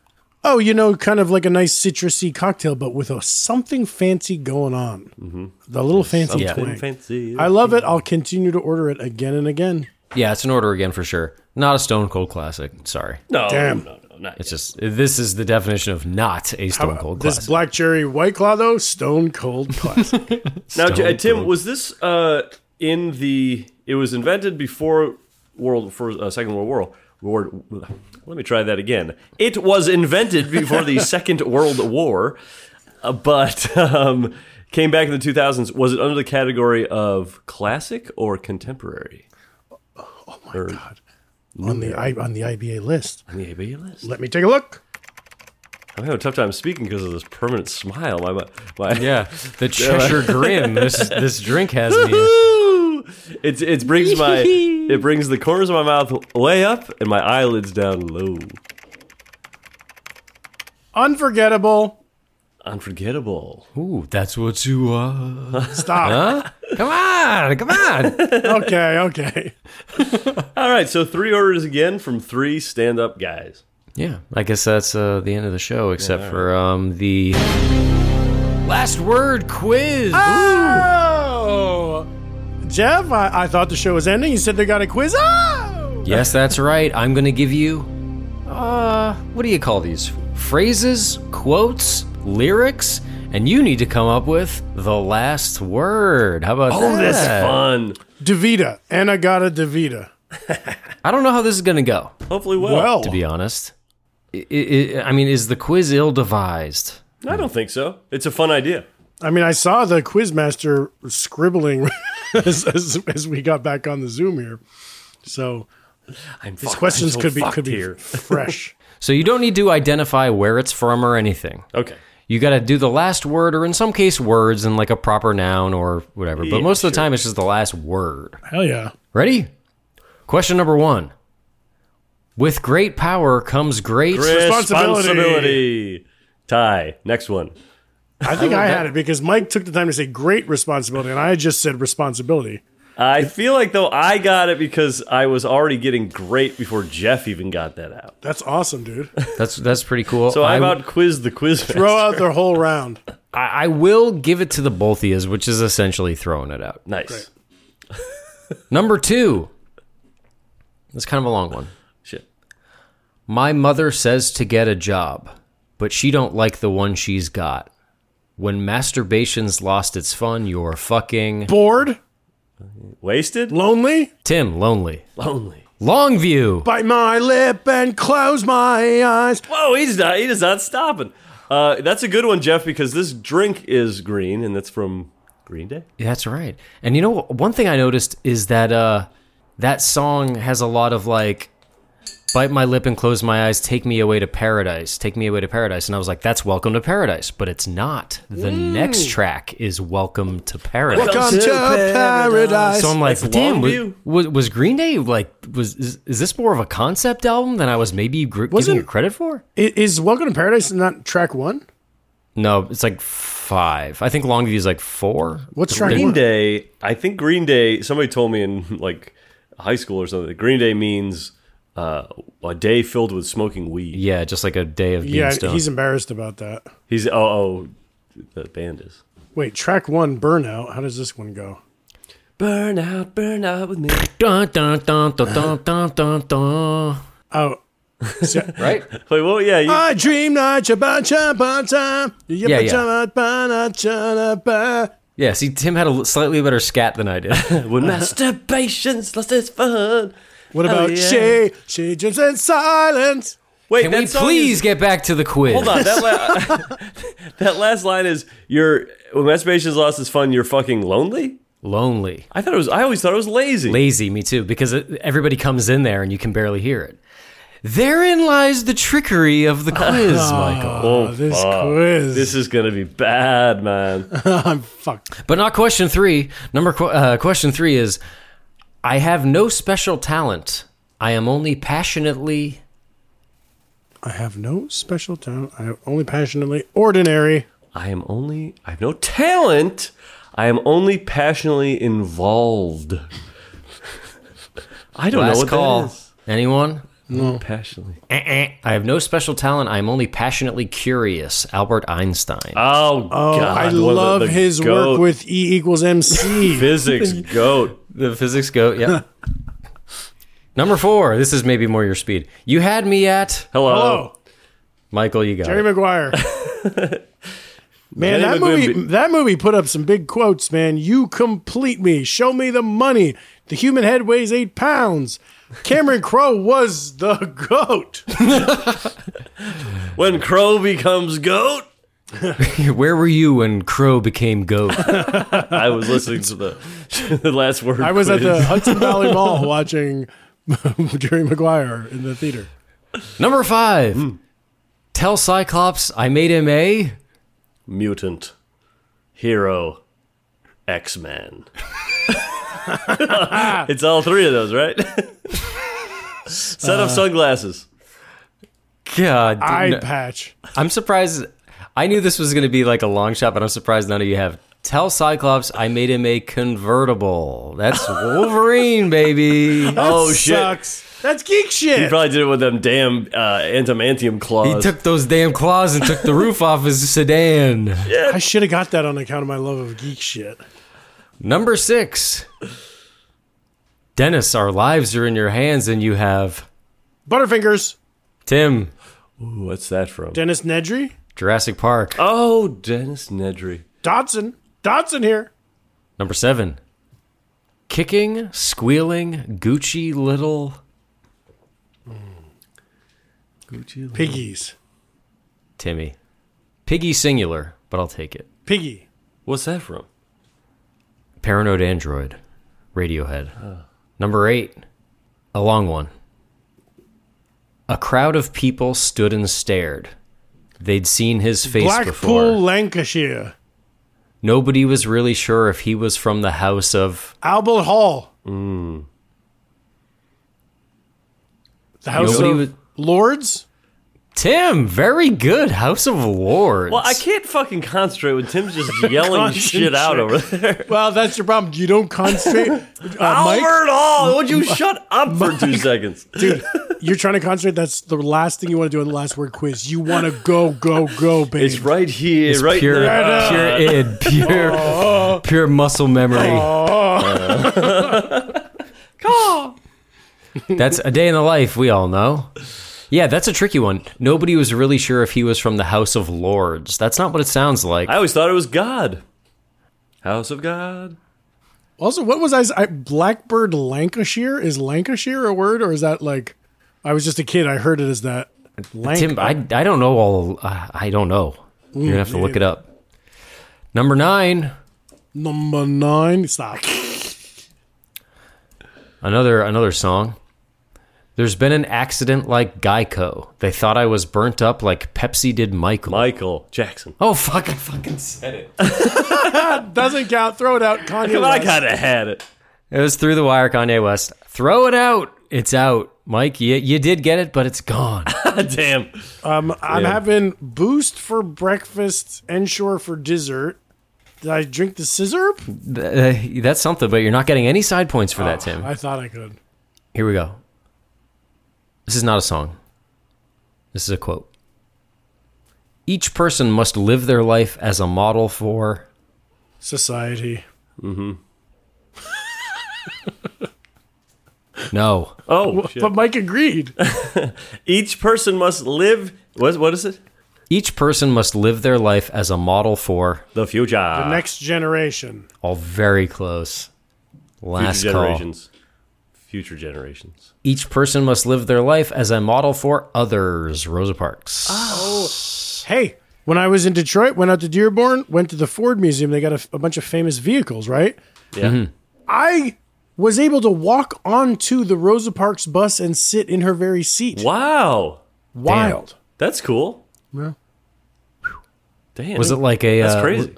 Speaker 3: oh, you know, kind of like a nice citrusy cocktail, but with a something fancy going on. The little fancy
Speaker 1: Yeah.
Speaker 3: twang.
Speaker 2: Fancy.
Speaker 3: I love it. I'll continue to order it again and again.
Speaker 1: Yeah, it's an order again for sure. Not a Stone Cold classic. Sorry.
Speaker 2: no,
Speaker 3: Damn.
Speaker 2: no, no, not
Speaker 1: It's just, this is the definition of not a Stone Cold classic.
Speaker 3: This black cherry white claw though, stone cold classic.
Speaker 2: Now, J- uh,
Speaker 1: Stone
Speaker 2: Tim,
Speaker 1: Cold.
Speaker 2: was this uh, in the? It was invented before World for uh, Second World War. War. Let me try that again. It was invented before the Second World War, uh, but um, came back in the 2000s. Was it under the category of classic or contemporary? Oh my god!
Speaker 3: on the I, on the IBA list.
Speaker 2: On the ABA list.
Speaker 3: Let me take a look.
Speaker 2: I'm having a tough time speaking because of this permanent smile. My my
Speaker 1: Yeah, the Cheshire grin this this drink has me.
Speaker 2: Woo! It's it brings my it brings the corners of my mouth way up and my eyelids down low.
Speaker 3: Unforgettable.
Speaker 2: Unforgettable.
Speaker 1: Ooh, that's what you are.
Speaker 3: Stop.
Speaker 1: Huh? Come on, come on.
Speaker 3: okay, okay.
Speaker 2: All right, so three orders again from three stand-up guys.
Speaker 1: Yeah, I guess that's uh, the end of the show, except for um, the last word quiz.
Speaker 3: Ah! Oh, Jeff, I, I thought the show was ending. You said they got a quiz. Oh,
Speaker 1: Yes, that's right. I'm gonna give you. Uh, what do you call these? Phrases, quotes, lyrics, and you need to come up with the last word. How about that?
Speaker 3: Uh,
Speaker 2: Fun.
Speaker 3: Davita, Anagata Davita.
Speaker 1: I don't know how this is gonna go.
Speaker 2: Hopefully well.
Speaker 3: Well,
Speaker 1: to be honest. I, I, I mean, is the quiz ill devised?
Speaker 2: I don't think so. It's a fun idea.
Speaker 3: I mean, I saw the quizmaster scribbling as, as, as we got back on the Zoom here. So
Speaker 2: I'm
Speaker 3: these questions could be could be
Speaker 2: here.
Speaker 3: fresh.
Speaker 1: So you don't need to identify where it's from or anything.
Speaker 2: Okay.
Speaker 1: You got to do the last word, or in some case, words and like a proper noun or whatever. But most of the time, it's just the last word.
Speaker 3: Hell yeah!
Speaker 1: Ready? Question number one. With great power comes great.
Speaker 3: Responsibility.
Speaker 2: Responsibility. Tie. Next one.
Speaker 3: I think I, had it because Mike took the time to say great responsibility, and I just said responsibility.
Speaker 2: I feel like though I got it because I was already getting great before Jeff even got that out.
Speaker 3: That's awesome, dude.
Speaker 1: That's that's pretty cool.
Speaker 2: So I,
Speaker 1: I-
Speaker 2: about quiz the quiz.
Speaker 3: Throw out their whole round.
Speaker 1: I, I will give it to the both of you, which is essentially throwing it out.
Speaker 2: Nice.
Speaker 1: Number two. That's kind of a long one.
Speaker 2: Shit.
Speaker 1: My mother says to get a job, but she don't like the one she's got. When masturbation's lost its fun, you're fucking
Speaker 3: Bored,
Speaker 2: Wasted?
Speaker 3: lonely,
Speaker 1: Tim Lonely.
Speaker 2: Lonely.
Speaker 1: Longview.
Speaker 3: bite my lip and close my eyes.
Speaker 2: Whoa, he's not, he is not stopping. Uh, that's a good one, Jeff, because this drink is green, and that's from Green Day.
Speaker 1: That's right. And you know what- one thing I noticed is that uh that song has a lot of like bite my lip and close my eyes, take me away to paradise, take me away to paradise. And I was like, that's welcome to paradise, but it's not. The next track is welcome to paradise.
Speaker 3: Come to paradise.
Speaker 1: So I'm like,
Speaker 2: That's
Speaker 1: damn, was,
Speaker 2: Longview.
Speaker 1: was, was Green Day like, was is, is this more of a concept album than I was maybe gr- giving
Speaker 3: Wasn't-
Speaker 1: it credit for?
Speaker 3: I- Is Welcome to Paradise not track one?
Speaker 1: No, it's like five. I think Longview is like four.
Speaker 3: What's track
Speaker 2: Green
Speaker 3: one?
Speaker 2: Day, I think Green Day, somebody told me in like high school or something, that Green Day means uh, a day filled with smoking weed.
Speaker 1: Yeah, just like a day of being
Speaker 3: Yeah,
Speaker 1: stoned.
Speaker 3: he's embarrassed about that.
Speaker 2: He's, oh, oh, the band is.
Speaker 3: Wait, track one, burnout. How does this one go?
Speaker 2: Burn out, burn out with me.
Speaker 1: Dun, dun, dun, dun, dun, dun, dun, dun.
Speaker 3: Oh,
Speaker 1: Right?
Speaker 2: Wait, well, yeah, you,
Speaker 1: Ah.
Speaker 3: I dream night chabacha bata.
Speaker 1: Yeah, yeah. Yeah, see, Tim had a l- slightly better scat than I did.
Speaker 2: when masturbation's lost its fun.
Speaker 3: What about
Speaker 2: yeah.
Speaker 3: she? She dreams in silence.
Speaker 2: Wait,
Speaker 1: Can
Speaker 2: that
Speaker 1: we
Speaker 2: song
Speaker 1: please
Speaker 2: is-
Speaker 1: get back to the quiz?
Speaker 2: Hold on, that, la- that last line is your when masturbation's lost its fun, you're fucking lonely.
Speaker 1: Lonely.
Speaker 2: I thought it was. I always thought it was lazy.
Speaker 1: Lazy, me too, because it, everybody comes in there and you can barely hear it. Therein lies the trickery of the quiz, Michael.
Speaker 2: Oh,
Speaker 3: this
Speaker 2: fuck.
Speaker 3: quiz.
Speaker 2: This is gonna be bad, man.
Speaker 3: I'm fucked.
Speaker 1: But not question three. Number qu- uh, question three is: I have no special talent. I am only passionately.
Speaker 3: I have no special talent. I am only passionately ordinary.
Speaker 2: I am only. I have no talent. I am only passionately involved. I don't know
Speaker 1: Last
Speaker 2: what
Speaker 1: call.
Speaker 2: that is.
Speaker 1: Anyone?
Speaker 2: Passionately.
Speaker 1: Eh-eh. I have no special talent. I am only passionately curious. Albert Einstein.
Speaker 2: Oh,
Speaker 3: Oh,
Speaker 2: God!
Speaker 3: I
Speaker 2: one of the-
Speaker 3: love
Speaker 2: the
Speaker 3: his
Speaker 2: goat.
Speaker 3: work with E equals MC.
Speaker 2: physics. goat.
Speaker 1: the physics goat. Yeah. Number four. This is maybe more your speed. You had me at
Speaker 2: Hello.
Speaker 3: Hello,
Speaker 1: Michael. You got
Speaker 3: Jerry
Speaker 1: it.
Speaker 3: Maguire. Man,
Speaker 2: Danny
Speaker 3: that movie
Speaker 2: McGuimby.
Speaker 3: that movie put up some big quotes, man. You complete me. Show me the money. The human head weighs eight pounds. Cameron Crowe was the goat.
Speaker 2: When crow becomes goat.
Speaker 1: Where were you when Crow became goat?
Speaker 2: I was listening to the, the last word.
Speaker 3: I was at the
Speaker 2: quiz.
Speaker 3: Hudson Valley Mall watching Jerry Maguire in the theater.
Speaker 1: Number five. Tell Cyclops I made him a.
Speaker 2: mutant hero X Men. it's all three of those, right? Set
Speaker 1: Uh,
Speaker 2: of sunglasses.
Speaker 1: God.
Speaker 3: Eye
Speaker 1: no.
Speaker 3: patch.
Speaker 1: I'm surprised. I knew this was going to be like a long shot, but I'm surprised none of you have. Tell Cyclops I made him a convertible. That's Wolverine, baby.
Speaker 2: Oh shit!
Speaker 3: Sucks. That's geek shit.
Speaker 2: He probably did it with them damn uh, antimantium claws.
Speaker 1: He took those damn claws and took the roof off his sedan.
Speaker 3: I should have got that on account of my love of geek shit.
Speaker 1: Number six. Dennis, our lives are in your hands, and you have
Speaker 3: Butterfingers.
Speaker 1: Tim,
Speaker 2: Ooh, what's that from?
Speaker 3: Dennis Nedry.
Speaker 1: Jurassic Park.
Speaker 2: oh, Dennis Nedry.
Speaker 3: Dodson. Dodson here.
Speaker 1: Number seven. Kicking, squealing, Gucci little.
Speaker 3: Piggies.
Speaker 1: Timmy. Piggy singular, but I'll take it.
Speaker 3: Piggy.
Speaker 2: What's that from?
Speaker 1: Paranoid Android, Radiohead. Number eight, a long one. A crowd of people stood and stared. They'd seen his face
Speaker 3: Blackpool,
Speaker 1: before.
Speaker 3: Lancashire.
Speaker 1: Nobody was really sure if he was from the house of.
Speaker 3: Albert Hall. The House
Speaker 1: Nobody
Speaker 3: of
Speaker 1: would-
Speaker 3: Lords.
Speaker 1: Tim, very good. House of Lords.
Speaker 2: Well, I can't fucking concentrate when Tim's just yelling shit out over there.
Speaker 3: Well, that's your problem. You don't concentrate. Uh, Mike,
Speaker 2: Albert Hall, would you shut up for two seconds?
Speaker 3: dude, you're trying to concentrate. That's the last thing you want to do on the last word quiz. You want to go, go, go, baby.
Speaker 2: It's right here,
Speaker 1: It's
Speaker 2: right
Speaker 1: pure,
Speaker 2: there.
Speaker 1: pure id, pure, pure muscle memory. that's a day in the life we all know. Yeah, that's a tricky one. Nobody was really sure if he was from the House of Lords. That's not what it sounds like.
Speaker 2: I always thought it was God. House of God.
Speaker 3: Also, what was I, I? Blackbird, Lancashire? Is Lancashire a word or is that like. I was just a kid. I heard it as that. Lanc-
Speaker 1: Tim, I, I don't know all. Uh, I don't know. You're gonna have to look it up. Number nine,
Speaker 3: Number nine. Stop.
Speaker 1: another another song. There's been an accident like Geico. They thought I was burnt up like Pepsi did Michael.
Speaker 2: Michael Jackson.
Speaker 1: Oh fuck! I fucking said it.
Speaker 3: Doesn't count. Throw it out. Kanye
Speaker 2: Come on, I
Speaker 3: West.
Speaker 2: kind of had it.
Speaker 1: It was through the wire, Kanye West. Throw it out. It's out, Mike. You, you did get it, but it's gone.
Speaker 2: Damn.
Speaker 3: I'm having boost for breakfast, Ensure for dessert. Did I drink the scissor?
Speaker 1: Uh, That's something, but you're not getting any side points for that,
Speaker 2: Oh,
Speaker 1: Tim.
Speaker 3: I thought I could.
Speaker 1: Here we go. This is not a song. This is a quote. Each person must live their life as a model for.
Speaker 3: Society.
Speaker 1: No.
Speaker 2: Oh, shit.
Speaker 3: But Mike agreed.
Speaker 2: each person must live. What, what is it?
Speaker 1: Each person must live their life as a model for.
Speaker 2: The future.
Speaker 3: Next generation.
Speaker 1: All very close.
Speaker 2: future
Speaker 1: Last call.
Speaker 2: generations. Future generations.
Speaker 1: Each person must live their life as a model for others. Rosa Parks.
Speaker 3: Oh. Hey, when I was in Detroit, went out to Dearborn, went to the Ford Museum. They got a, a bunch of famous vehicles, right?
Speaker 2: Yeah.
Speaker 3: I was able to walk onto the Rosa Parks bus and sit in her very seat.
Speaker 2: Wow,
Speaker 3: Wild.
Speaker 2: that's cool.
Speaker 3: Yeah.
Speaker 2: Damn,
Speaker 1: Was it like a?
Speaker 2: that's
Speaker 1: uh,
Speaker 2: crazy?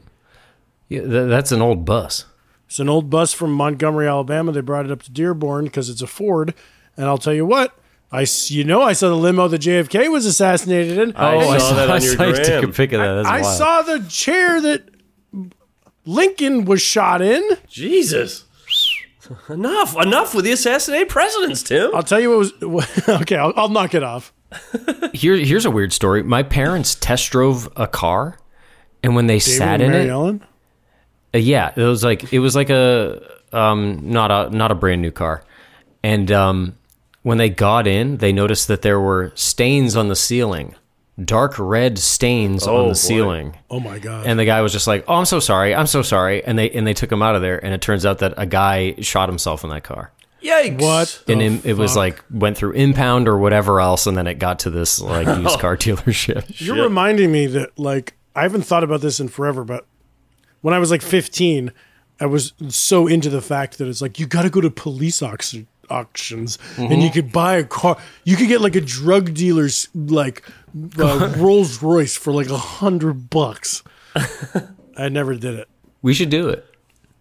Speaker 1: Yeah, th- that's an old bus.
Speaker 3: It's an old bus from Montgomery, Alabama. They brought it up to Dearborn because it's a Ford. And I'll tell you what, I s- you know I saw the limo that JFK was assassinated in.
Speaker 2: I
Speaker 1: Oh,
Speaker 2: saw that on
Speaker 1: I
Speaker 2: your
Speaker 1: saw you took a
Speaker 2: gram.
Speaker 1: pic of that. That's
Speaker 3: I
Speaker 1: wild.
Speaker 3: saw the chair that Lincoln was shot in.
Speaker 2: Jesus. Enough, enough with the assassinated presidents, Tim.
Speaker 3: I'll tell you what was okay. I'll, I'll knock it off.
Speaker 1: Here, here's a weird story. My parents test drove a car, and when they sat in
Speaker 3: David and Mary
Speaker 1: it,
Speaker 3: Ellen?
Speaker 1: Uh, yeah, it was like it was like a um not a not a brand new car, and um when they got in, they noticed that there were stains on the ceiling, dark red stains
Speaker 2: Oh,
Speaker 1: on
Speaker 2: boy.
Speaker 1: the ceiling,
Speaker 3: Oh my god!
Speaker 1: and the guy was just like, "Oh, I'm so sorry, I'm so sorry," and they and they took him out of there, and it turns out that a guy shot himself in that car.
Speaker 2: Yikes!
Speaker 3: what?
Speaker 1: And
Speaker 3: the
Speaker 1: it, it was
Speaker 3: fuck?
Speaker 1: like went through impound or whatever else, and then it got to this like used car dealership.
Speaker 3: You're reminding me that like I haven't thought about this in forever, but when I was like 15, I was so into the fact that it's like you got to go to police auction, auctions and you could buy a car. You could get like a drug dealer's like uh, Rolls Royce for like a hundred bucks. I never did it.
Speaker 1: We should do it.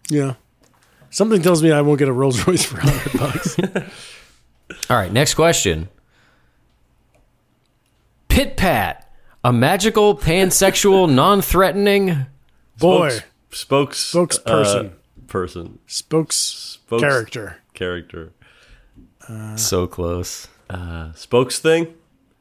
Speaker 3: Yeah, something tells me I won't get a Rolls Royce for a hundred bucks.
Speaker 1: All right, next question. Pit Pat, a magical, pansexual, non threatening.
Speaker 3: Boy,
Speaker 2: Spokes,
Speaker 3: Spokesperson.
Speaker 2: uh, person,
Speaker 3: spokes,
Speaker 2: Spokes-
Speaker 3: character.
Speaker 2: character,
Speaker 1: So close.
Speaker 2: spokes thing.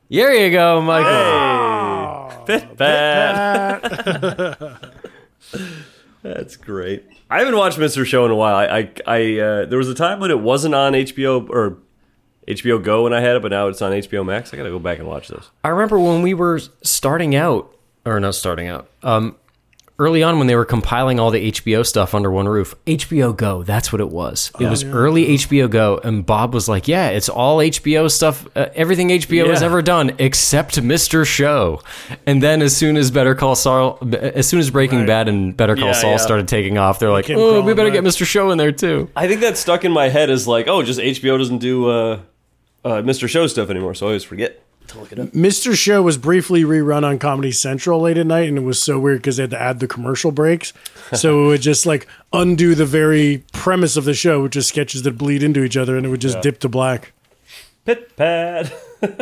Speaker 1: There you go, Michael.
Speaker 2: Bad. That's great. I haven't watched Mr. Show in a while. I, I, I uh, there was a time when it wasn't on HBO or HBO Go when I had it, but now it's on HBO Max. I gotta go back and watch this.
Speaker 1: I remember when we were starting out, or not starting out, um, early on when they were compiling all the HBO stuff under one roof. HBO Go, that's what it was. It was early HBO Go, and Bob was like, "Yeah, it's all HBO stuff, uh, everything HBO has
Speaker 2: Yeah.
Speaker 1: ever done except Mister Show." And then as soon as Better Call Saul, as soon as Breaking Bad and Better Call
Speaker 2: Yeah,
Speaker 1: Saul
Speaker 2: yeah.
Speaker 1: started taking off, they're like,
Speaker 3: came
Speaker 1: "Oh, we
Speaker 3: crawling
Speaker 1: better
Speaker 3: back."
Speaker 1: get Mister Show in there too."
Speaker 2: I think that's stuck in my head as like, oh, just HBO doesn't do uh, uh, Mr. Show stuff anymore, so I always forget.
Speaker 3: Mr. Show was briefly rerun on Comedy Central late at night, and it was so weird because they had to add the commercial breaks. So it would just like undo the very premise of the show, which is sketches that bleed into each other, and it would just dip to black.
Speaker 2: Pit pad.
Speaker 1: All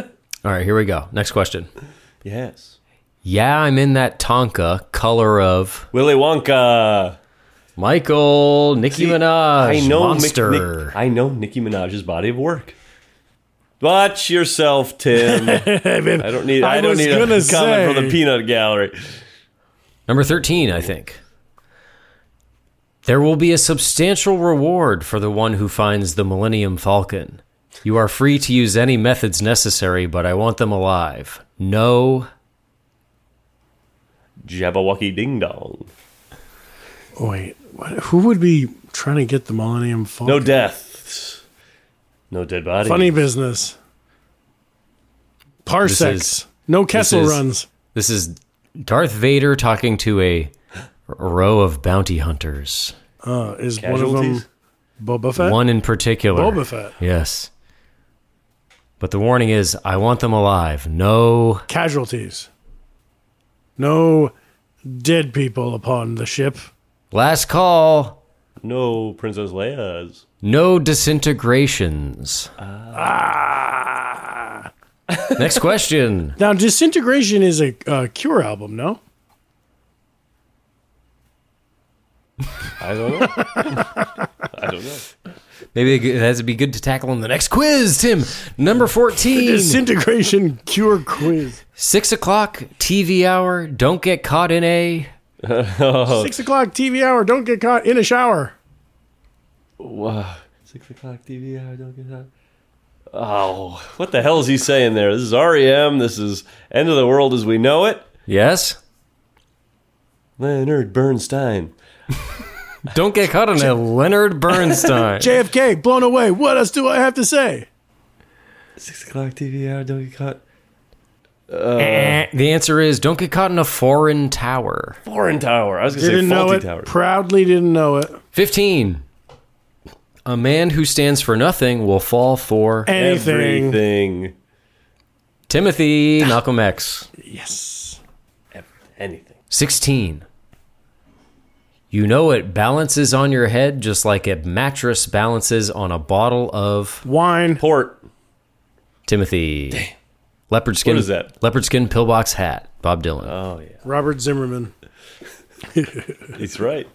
Speaker 1: right, here we go. Next question.
Speaker 2: yes.
Speaker 1: Yeah, I'm in that Tonka color of.
Speaker 2: Willy Wonka.
Speaker 1: Michael, Nicki Minaj,
Speaker 2: I know Mick-
Speaker 1: Monster.
Speaker 2: Nick- I know Nicki Minaj's body of work. Watch yourself, Tim. I don't need. I,
Speaker 3: I
Speaker 2: don't
Speaker 3: was
Speaker 2: need a
Speaker 3: gonna
Speaker 2: comment from the
Speaker 3: say-
Speaker 2: peanut gallery.
Speaker 1: Number 13, I think. There will be a substantial reward for the one who finds the Millennium Falcon. You are free to use any methods necessary, but I want them alive. No.
Speaker 2: Jabberwocky ding dong.
Speaker 3: Oh, wait, what, who would be trying to get the Millennium Falcon?
Speaker 2: No deaths. No dead bodies.
Speaker 3: Funny business. Parsecs.
Speaker 1: is-
Speaker 3: no Kessel
Speaker 1: is-
Speaker 3: runs.
Speaker 1: This is Darth Vader talking to a row of bounty hunters.
Speaker 3: Uh, is one of them
Speaker 2: Casualties?
Speaker 3: Boba Fett?
Speaker 1: One in particular.
Speaker 3: Boba Fett.
Speaker 1: Yes. But the warning is I want them alive. No.
Speaker 3: Casualties. No dead people upon the ship.
Speaker 1: Last call.
Speaker 2: No Princess Leia's.
Speaker 1: No disintegrations. Next question.
Speaker 3: Now, Disintegration is a uh, Cure album, no?
Speaker 2: I don't know. I don't know.
Speaker 1: Maybe that'd be good to tackle in the next quiz, Tim. Number 14.
Speaker 3: Disintegration Cure Quiz.
Speaker 1: Six o'clock, TV hour. Don't get caught in a.
Speaker 2: Oh.
Speaker 3: Six o'clock TV hour. Don't get caught in a shower.
Speaker 2: Wow. Six o'clock TV. I don't get that. Oh, what the hell is he saying there? This is REM. This is End of the World as we know it.
Speaker 1: Yes?
Speaker 2: Leonard Bernstein.
Speaker 1: Don't get caught in a Leonard Bernstein.
Speaker 3: JFK blown away. What else do I have to say?
Speaker 2: Six o'clock TV hour. Don't get caught.
Speaker 1: Eh, the answer is don't get caught in a foreign tower.
Speaker 2: Foreign Tower. I was gonna
Speaker 3: Didn't
Speaker 2: say
Speaker 3: know
Speaker 2: faulty
Speaker 3: it.
Speaker 2: tower.
Speaker 3: Proudly didn't know it.
Speaker 1: 15. A man who stands for nothing will fall for
Speaker 3: Anything.
Speaker 2: Everything.
Speaker 1: Timothy Malcolm X.
Speaker 3: Yes.
Speaker 2: Ev- Anything.
Speaker 1: 16. You know it balances on your head just like a mattress balances on a bottle of
Speaker 3: Wine.
Speaker 2: Port.
Speaker 1: Timothy. Leopard skin.
Speaker 2: What is that?
Speaker 1: Leopard skin pillbox hat. Bob Dylan.
Speaker 2: Oh yeah,
Speaker 3: Robert Zimmerman.
Speaker 2: he's right.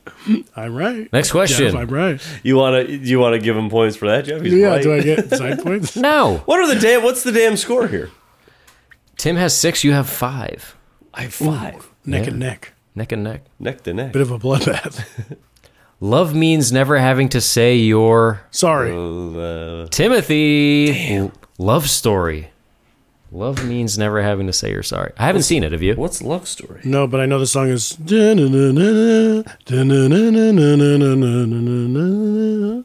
Speaker 3: I'm right.
Speaker 1: Next
Speaker 3: Jeff,
Speaker 1: question.
Speaker 3: I'm right.
Speaker 2: You wanna you wanna give him points for that, Jeff? He's
Speaker 3: Yeah,
Speaker 2: right.
Speaker 3: do I get side points?
Speaker 1: no.
Speaker 2: what are the damn? What's the damn score here?
Speaker 1: Tim has six. You have five.
Speaker 2: I have five.
Speaker 3: Neck
Speaker 1: Yeah.
Speaker 3: and neck.
Speaker 1: Neck and neck.
Speaker 2: Neck to neck.
Speaker 3: Bit of a bloodbath.
Speaker 1: Love means never having to say your
Speaker 3: Sorry.
Speaker 2: Uh,
Speaker 1: Timothy L- love story. Love means never having to say you're sorry. I haven't seen it. Have you?
Speaker 2: what's love story?
Speaker 3: No, but I know the song is. "Da-na-na-na-na, da-na-na-na-na-na-na-na-na-na."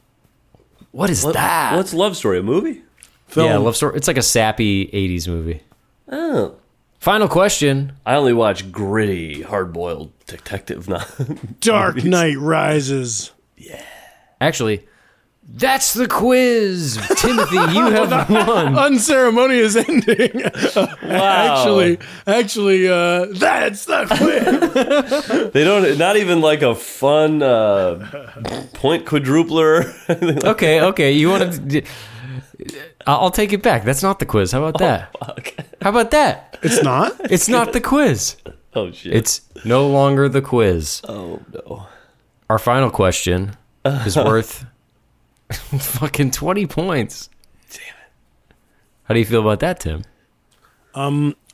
Speaker 1: What is that?
Speaker 2: What's love story? A movie?
Speaker 1: Yeah,
Speaker 3: Film.
Speaker 1: love story. It's like a sappy '80s movie.
Speaker 2: Oh,
Speaker 1: Final question.
Speaker 2: I only watch gritty, hard-boiled detective. Not
Speaker 3: Dark Knight Rises.
Speaker 1: Actually, that's the quiz. Timothy, you have won.
Speaker 3: Unceremonious ending. Actually, actually, uh, that's the quiz.
Speaker 2: they don't. Not even like a fun uh, point quadrupler.
Speaker 1: Okay, okay. You want to? I'll take it back. That's not the quiz. How about that?
Speaker 2: Oh.
Speaker 1: How about that?
Speaker 3: it's not.
Speaker 1: It's not the quiz.
Speaker 2: oh shit!
Speaker 1: It's no longer the quiz.
Speaker 2: oh no.
Speaker 1: Our final question is worth fucking 20 points. Damn it. How do you feel about that, Tim?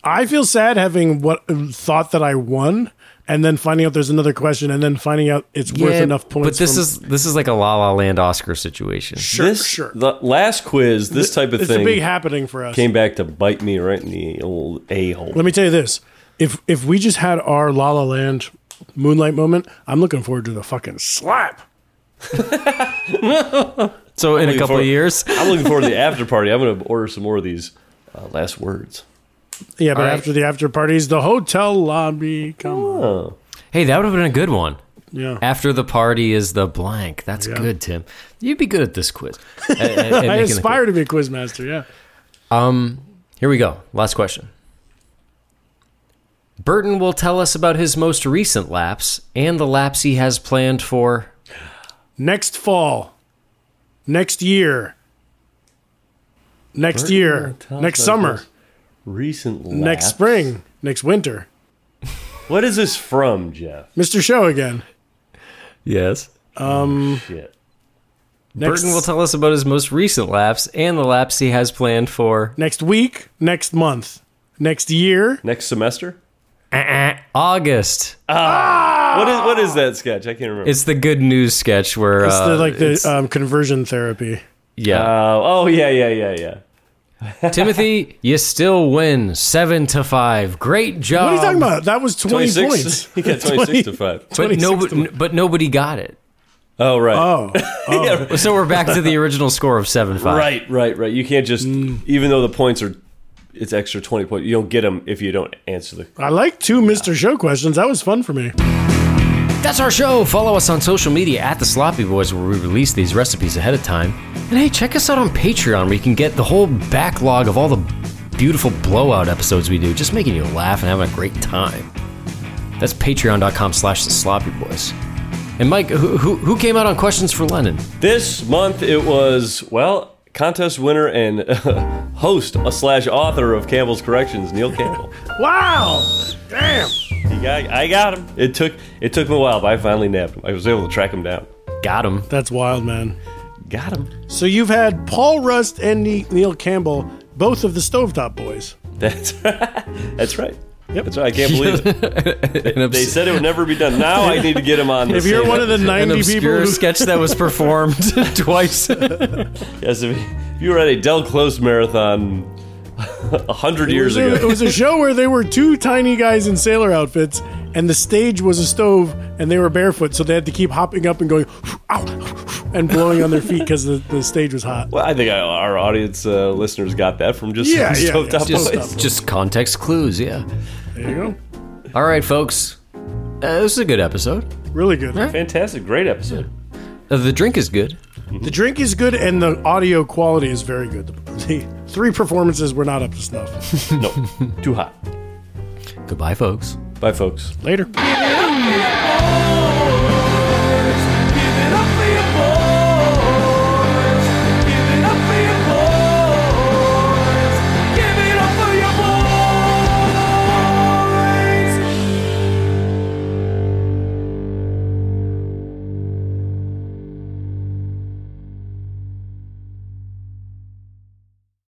Speaker 3: I feel sad having what thought that I won, and then finding out there's another question, and then finding out it's worth enough points.
Speaker 1: But this
Speaker 3: from-
Speaker 1: is this is like a La La Land Oscar situation.
Speaker 3: sure,
Speaker 2: this
Speaker 3: sure.
Speaker 2: the last quiz. This type of
Speaker 3: it's
Speaker 2: thing
Speaker 3: a big happening for us.
Speaker 2: came back to bite me right in the old a hole.
Speaker 3: Let me tell you this: if if we just had our La La Land Moonlight moment, I'm looking forward to the fucking slap.
Speaker 1: So in a
Speaker 2: Looking
Speaker 1: couple of
Speaker 2: forward-
Speaker 1: years,
Speaker 2: I'm looking forward to the after party. I'm going to order some more of these uh, last words.
Speaker 3: Yeah, but
Speaker 1: All right.
Speaker 3: after the after parties, the hotel lobby. Come on,
Speaker 2: Oh,
Speaker 1: hey, that would have been a good one.
Speaker 3: yeah.
Speaker 1: After the party is the blank. That's good, Tim. You'd be good at this quiz. At- at- at
Speaker 3: I
Speaker 1: making the
Speaker 3: aspire to be a quiz master. Yeah,
Speaker 1: Here we go. Last question. Burton will tell us about his most recent lapse and the lapse he has planned for.
Speaker 3: next fall, next year, next year,
Speaker 2: tell us
Speaker 3: next
Speaker 2: about
Speaker 3: summer,
Speaker 2: this recent lapse.
Speaker 3: next spring, next winter.
Speaker 2: What is this from, Jeff?
Speaker 3: Mr. Show again.
Speaker 1: Yes.
Speaker 2: Shit.
Speaker 3: Next,
Speaker 1: Burton will tell us about his most recent lapse and the lapse he has planned for
Speaker 3: next week, next month, next year.
Speaker 2: Next semester?
Speaker 1: August.
Speaker 2: What is what is that sketch? I can't remember.
Speaker 1: It's the good news sketch where
Speaker 3: It's
Speaker 1: uh,
Speaker 3: the, like the
Speaker 1: it's-
Speaker 3: um, conversion therapy.
Speaker 1: yeah.
Speaker 2: Uh, oh yeah, yeah, yeah, yeah.
Speaker 1: Timothy, you still win seven to five. Great job.
Speaker 3: What are you talking about? That was 20 points.
Speaker 2: Um, Twenty-six. He got twenty-six to five.
Speaker 1: But
Speaker 3: 26
Speaker 1: nobody, but nobody got it.
Speaker 2: Oh right.
Speaker 3: Oh,
Speaker 1: So we're back to the original score of seven five.
Speaker 2: Right, right, right. You can't just
Speaker 3: Mm.
Speaker 2: even though the points are it's extra twenty points. You don't get them if you don't answer the.
Speaker 3: I like two Mr. Show questions. That was fun for me.
Speaker 1: That's our show. Follow us on social media at The Sloppy Boys, where we release these recipes ahead of time. And hey, check us out on Patreon, where you can get the whole backlog of all the beautiful blowout episodes we do, just making you laugh and having a great time. That's patreon.com slash The Sloppy Boys. And Mike, who, who, who came out on questions for Lennon?
Speaker 2: This month it was well contest winner and host slash author of Campbell's Corrections, Neil Campbell.
Speaker 3: Wow. Damn.
Speaker 2: He got- I got him. It took it took me a while, but I finally nabbed him. I was able to track him down.
Speaker 1: Got him.
Speaker 3: That's wild, man.
Speaker 2: Got him.
Speaker 3: So you've had Paul Rust and Ne- Neil Campbell, both of the Stovetop Boys.
Speaker 2: That's that's right. Yep. That's right. I can't believe it.
Speaker 1: An
Speaker 2: They
Speaker 1: obs-
Speaker 2: said it would never be done. Now I need to get him on.
Speaker 3: If you're one of the
Speaker 1: an
Speaker 3: 90 people
Speaker 1: obscure
Speaker 3: who
Speaker 1: sketch that was performed twice.
Speaker 2: yes, if, if you were at a Del Close marathon a hundred years
Speaker 3: It was a- It
Speaker 2: ago,
Speaker 3: was a show where they were two tiny guys in sailor outfits, and the stage was a stove, and they were barefoot, so they had to keep hopping up and going, "Ow," and blowing on their feet because the, the stage was hot.
Speaker 2: well, I think our audience uh, listeners got that from just
Speaker 3: Yeah, yeah,
Speaker 2: stovetop
Speaker 3: yeah.
Speaker 2: boys.
Speaker 1: just, just context clues, yeah.
Speaker 3: There you go.
Speaker 1: All right, folks. Uh, this is a good episode.
Speaker 3: Really good.
Speaker 2: Fantastic, great episode.
Speaker 1: Uh, the drink is good.
Speaker 3: The drink is good and the audio quality is very good. The, the three performances were not up to snuff.
Speaker 2: No, too hot.
Speaker 1: Goodbye, folks.
Speaker 2: Bye, folks.
Speaker 3: Later.
Speaker 7: Bye.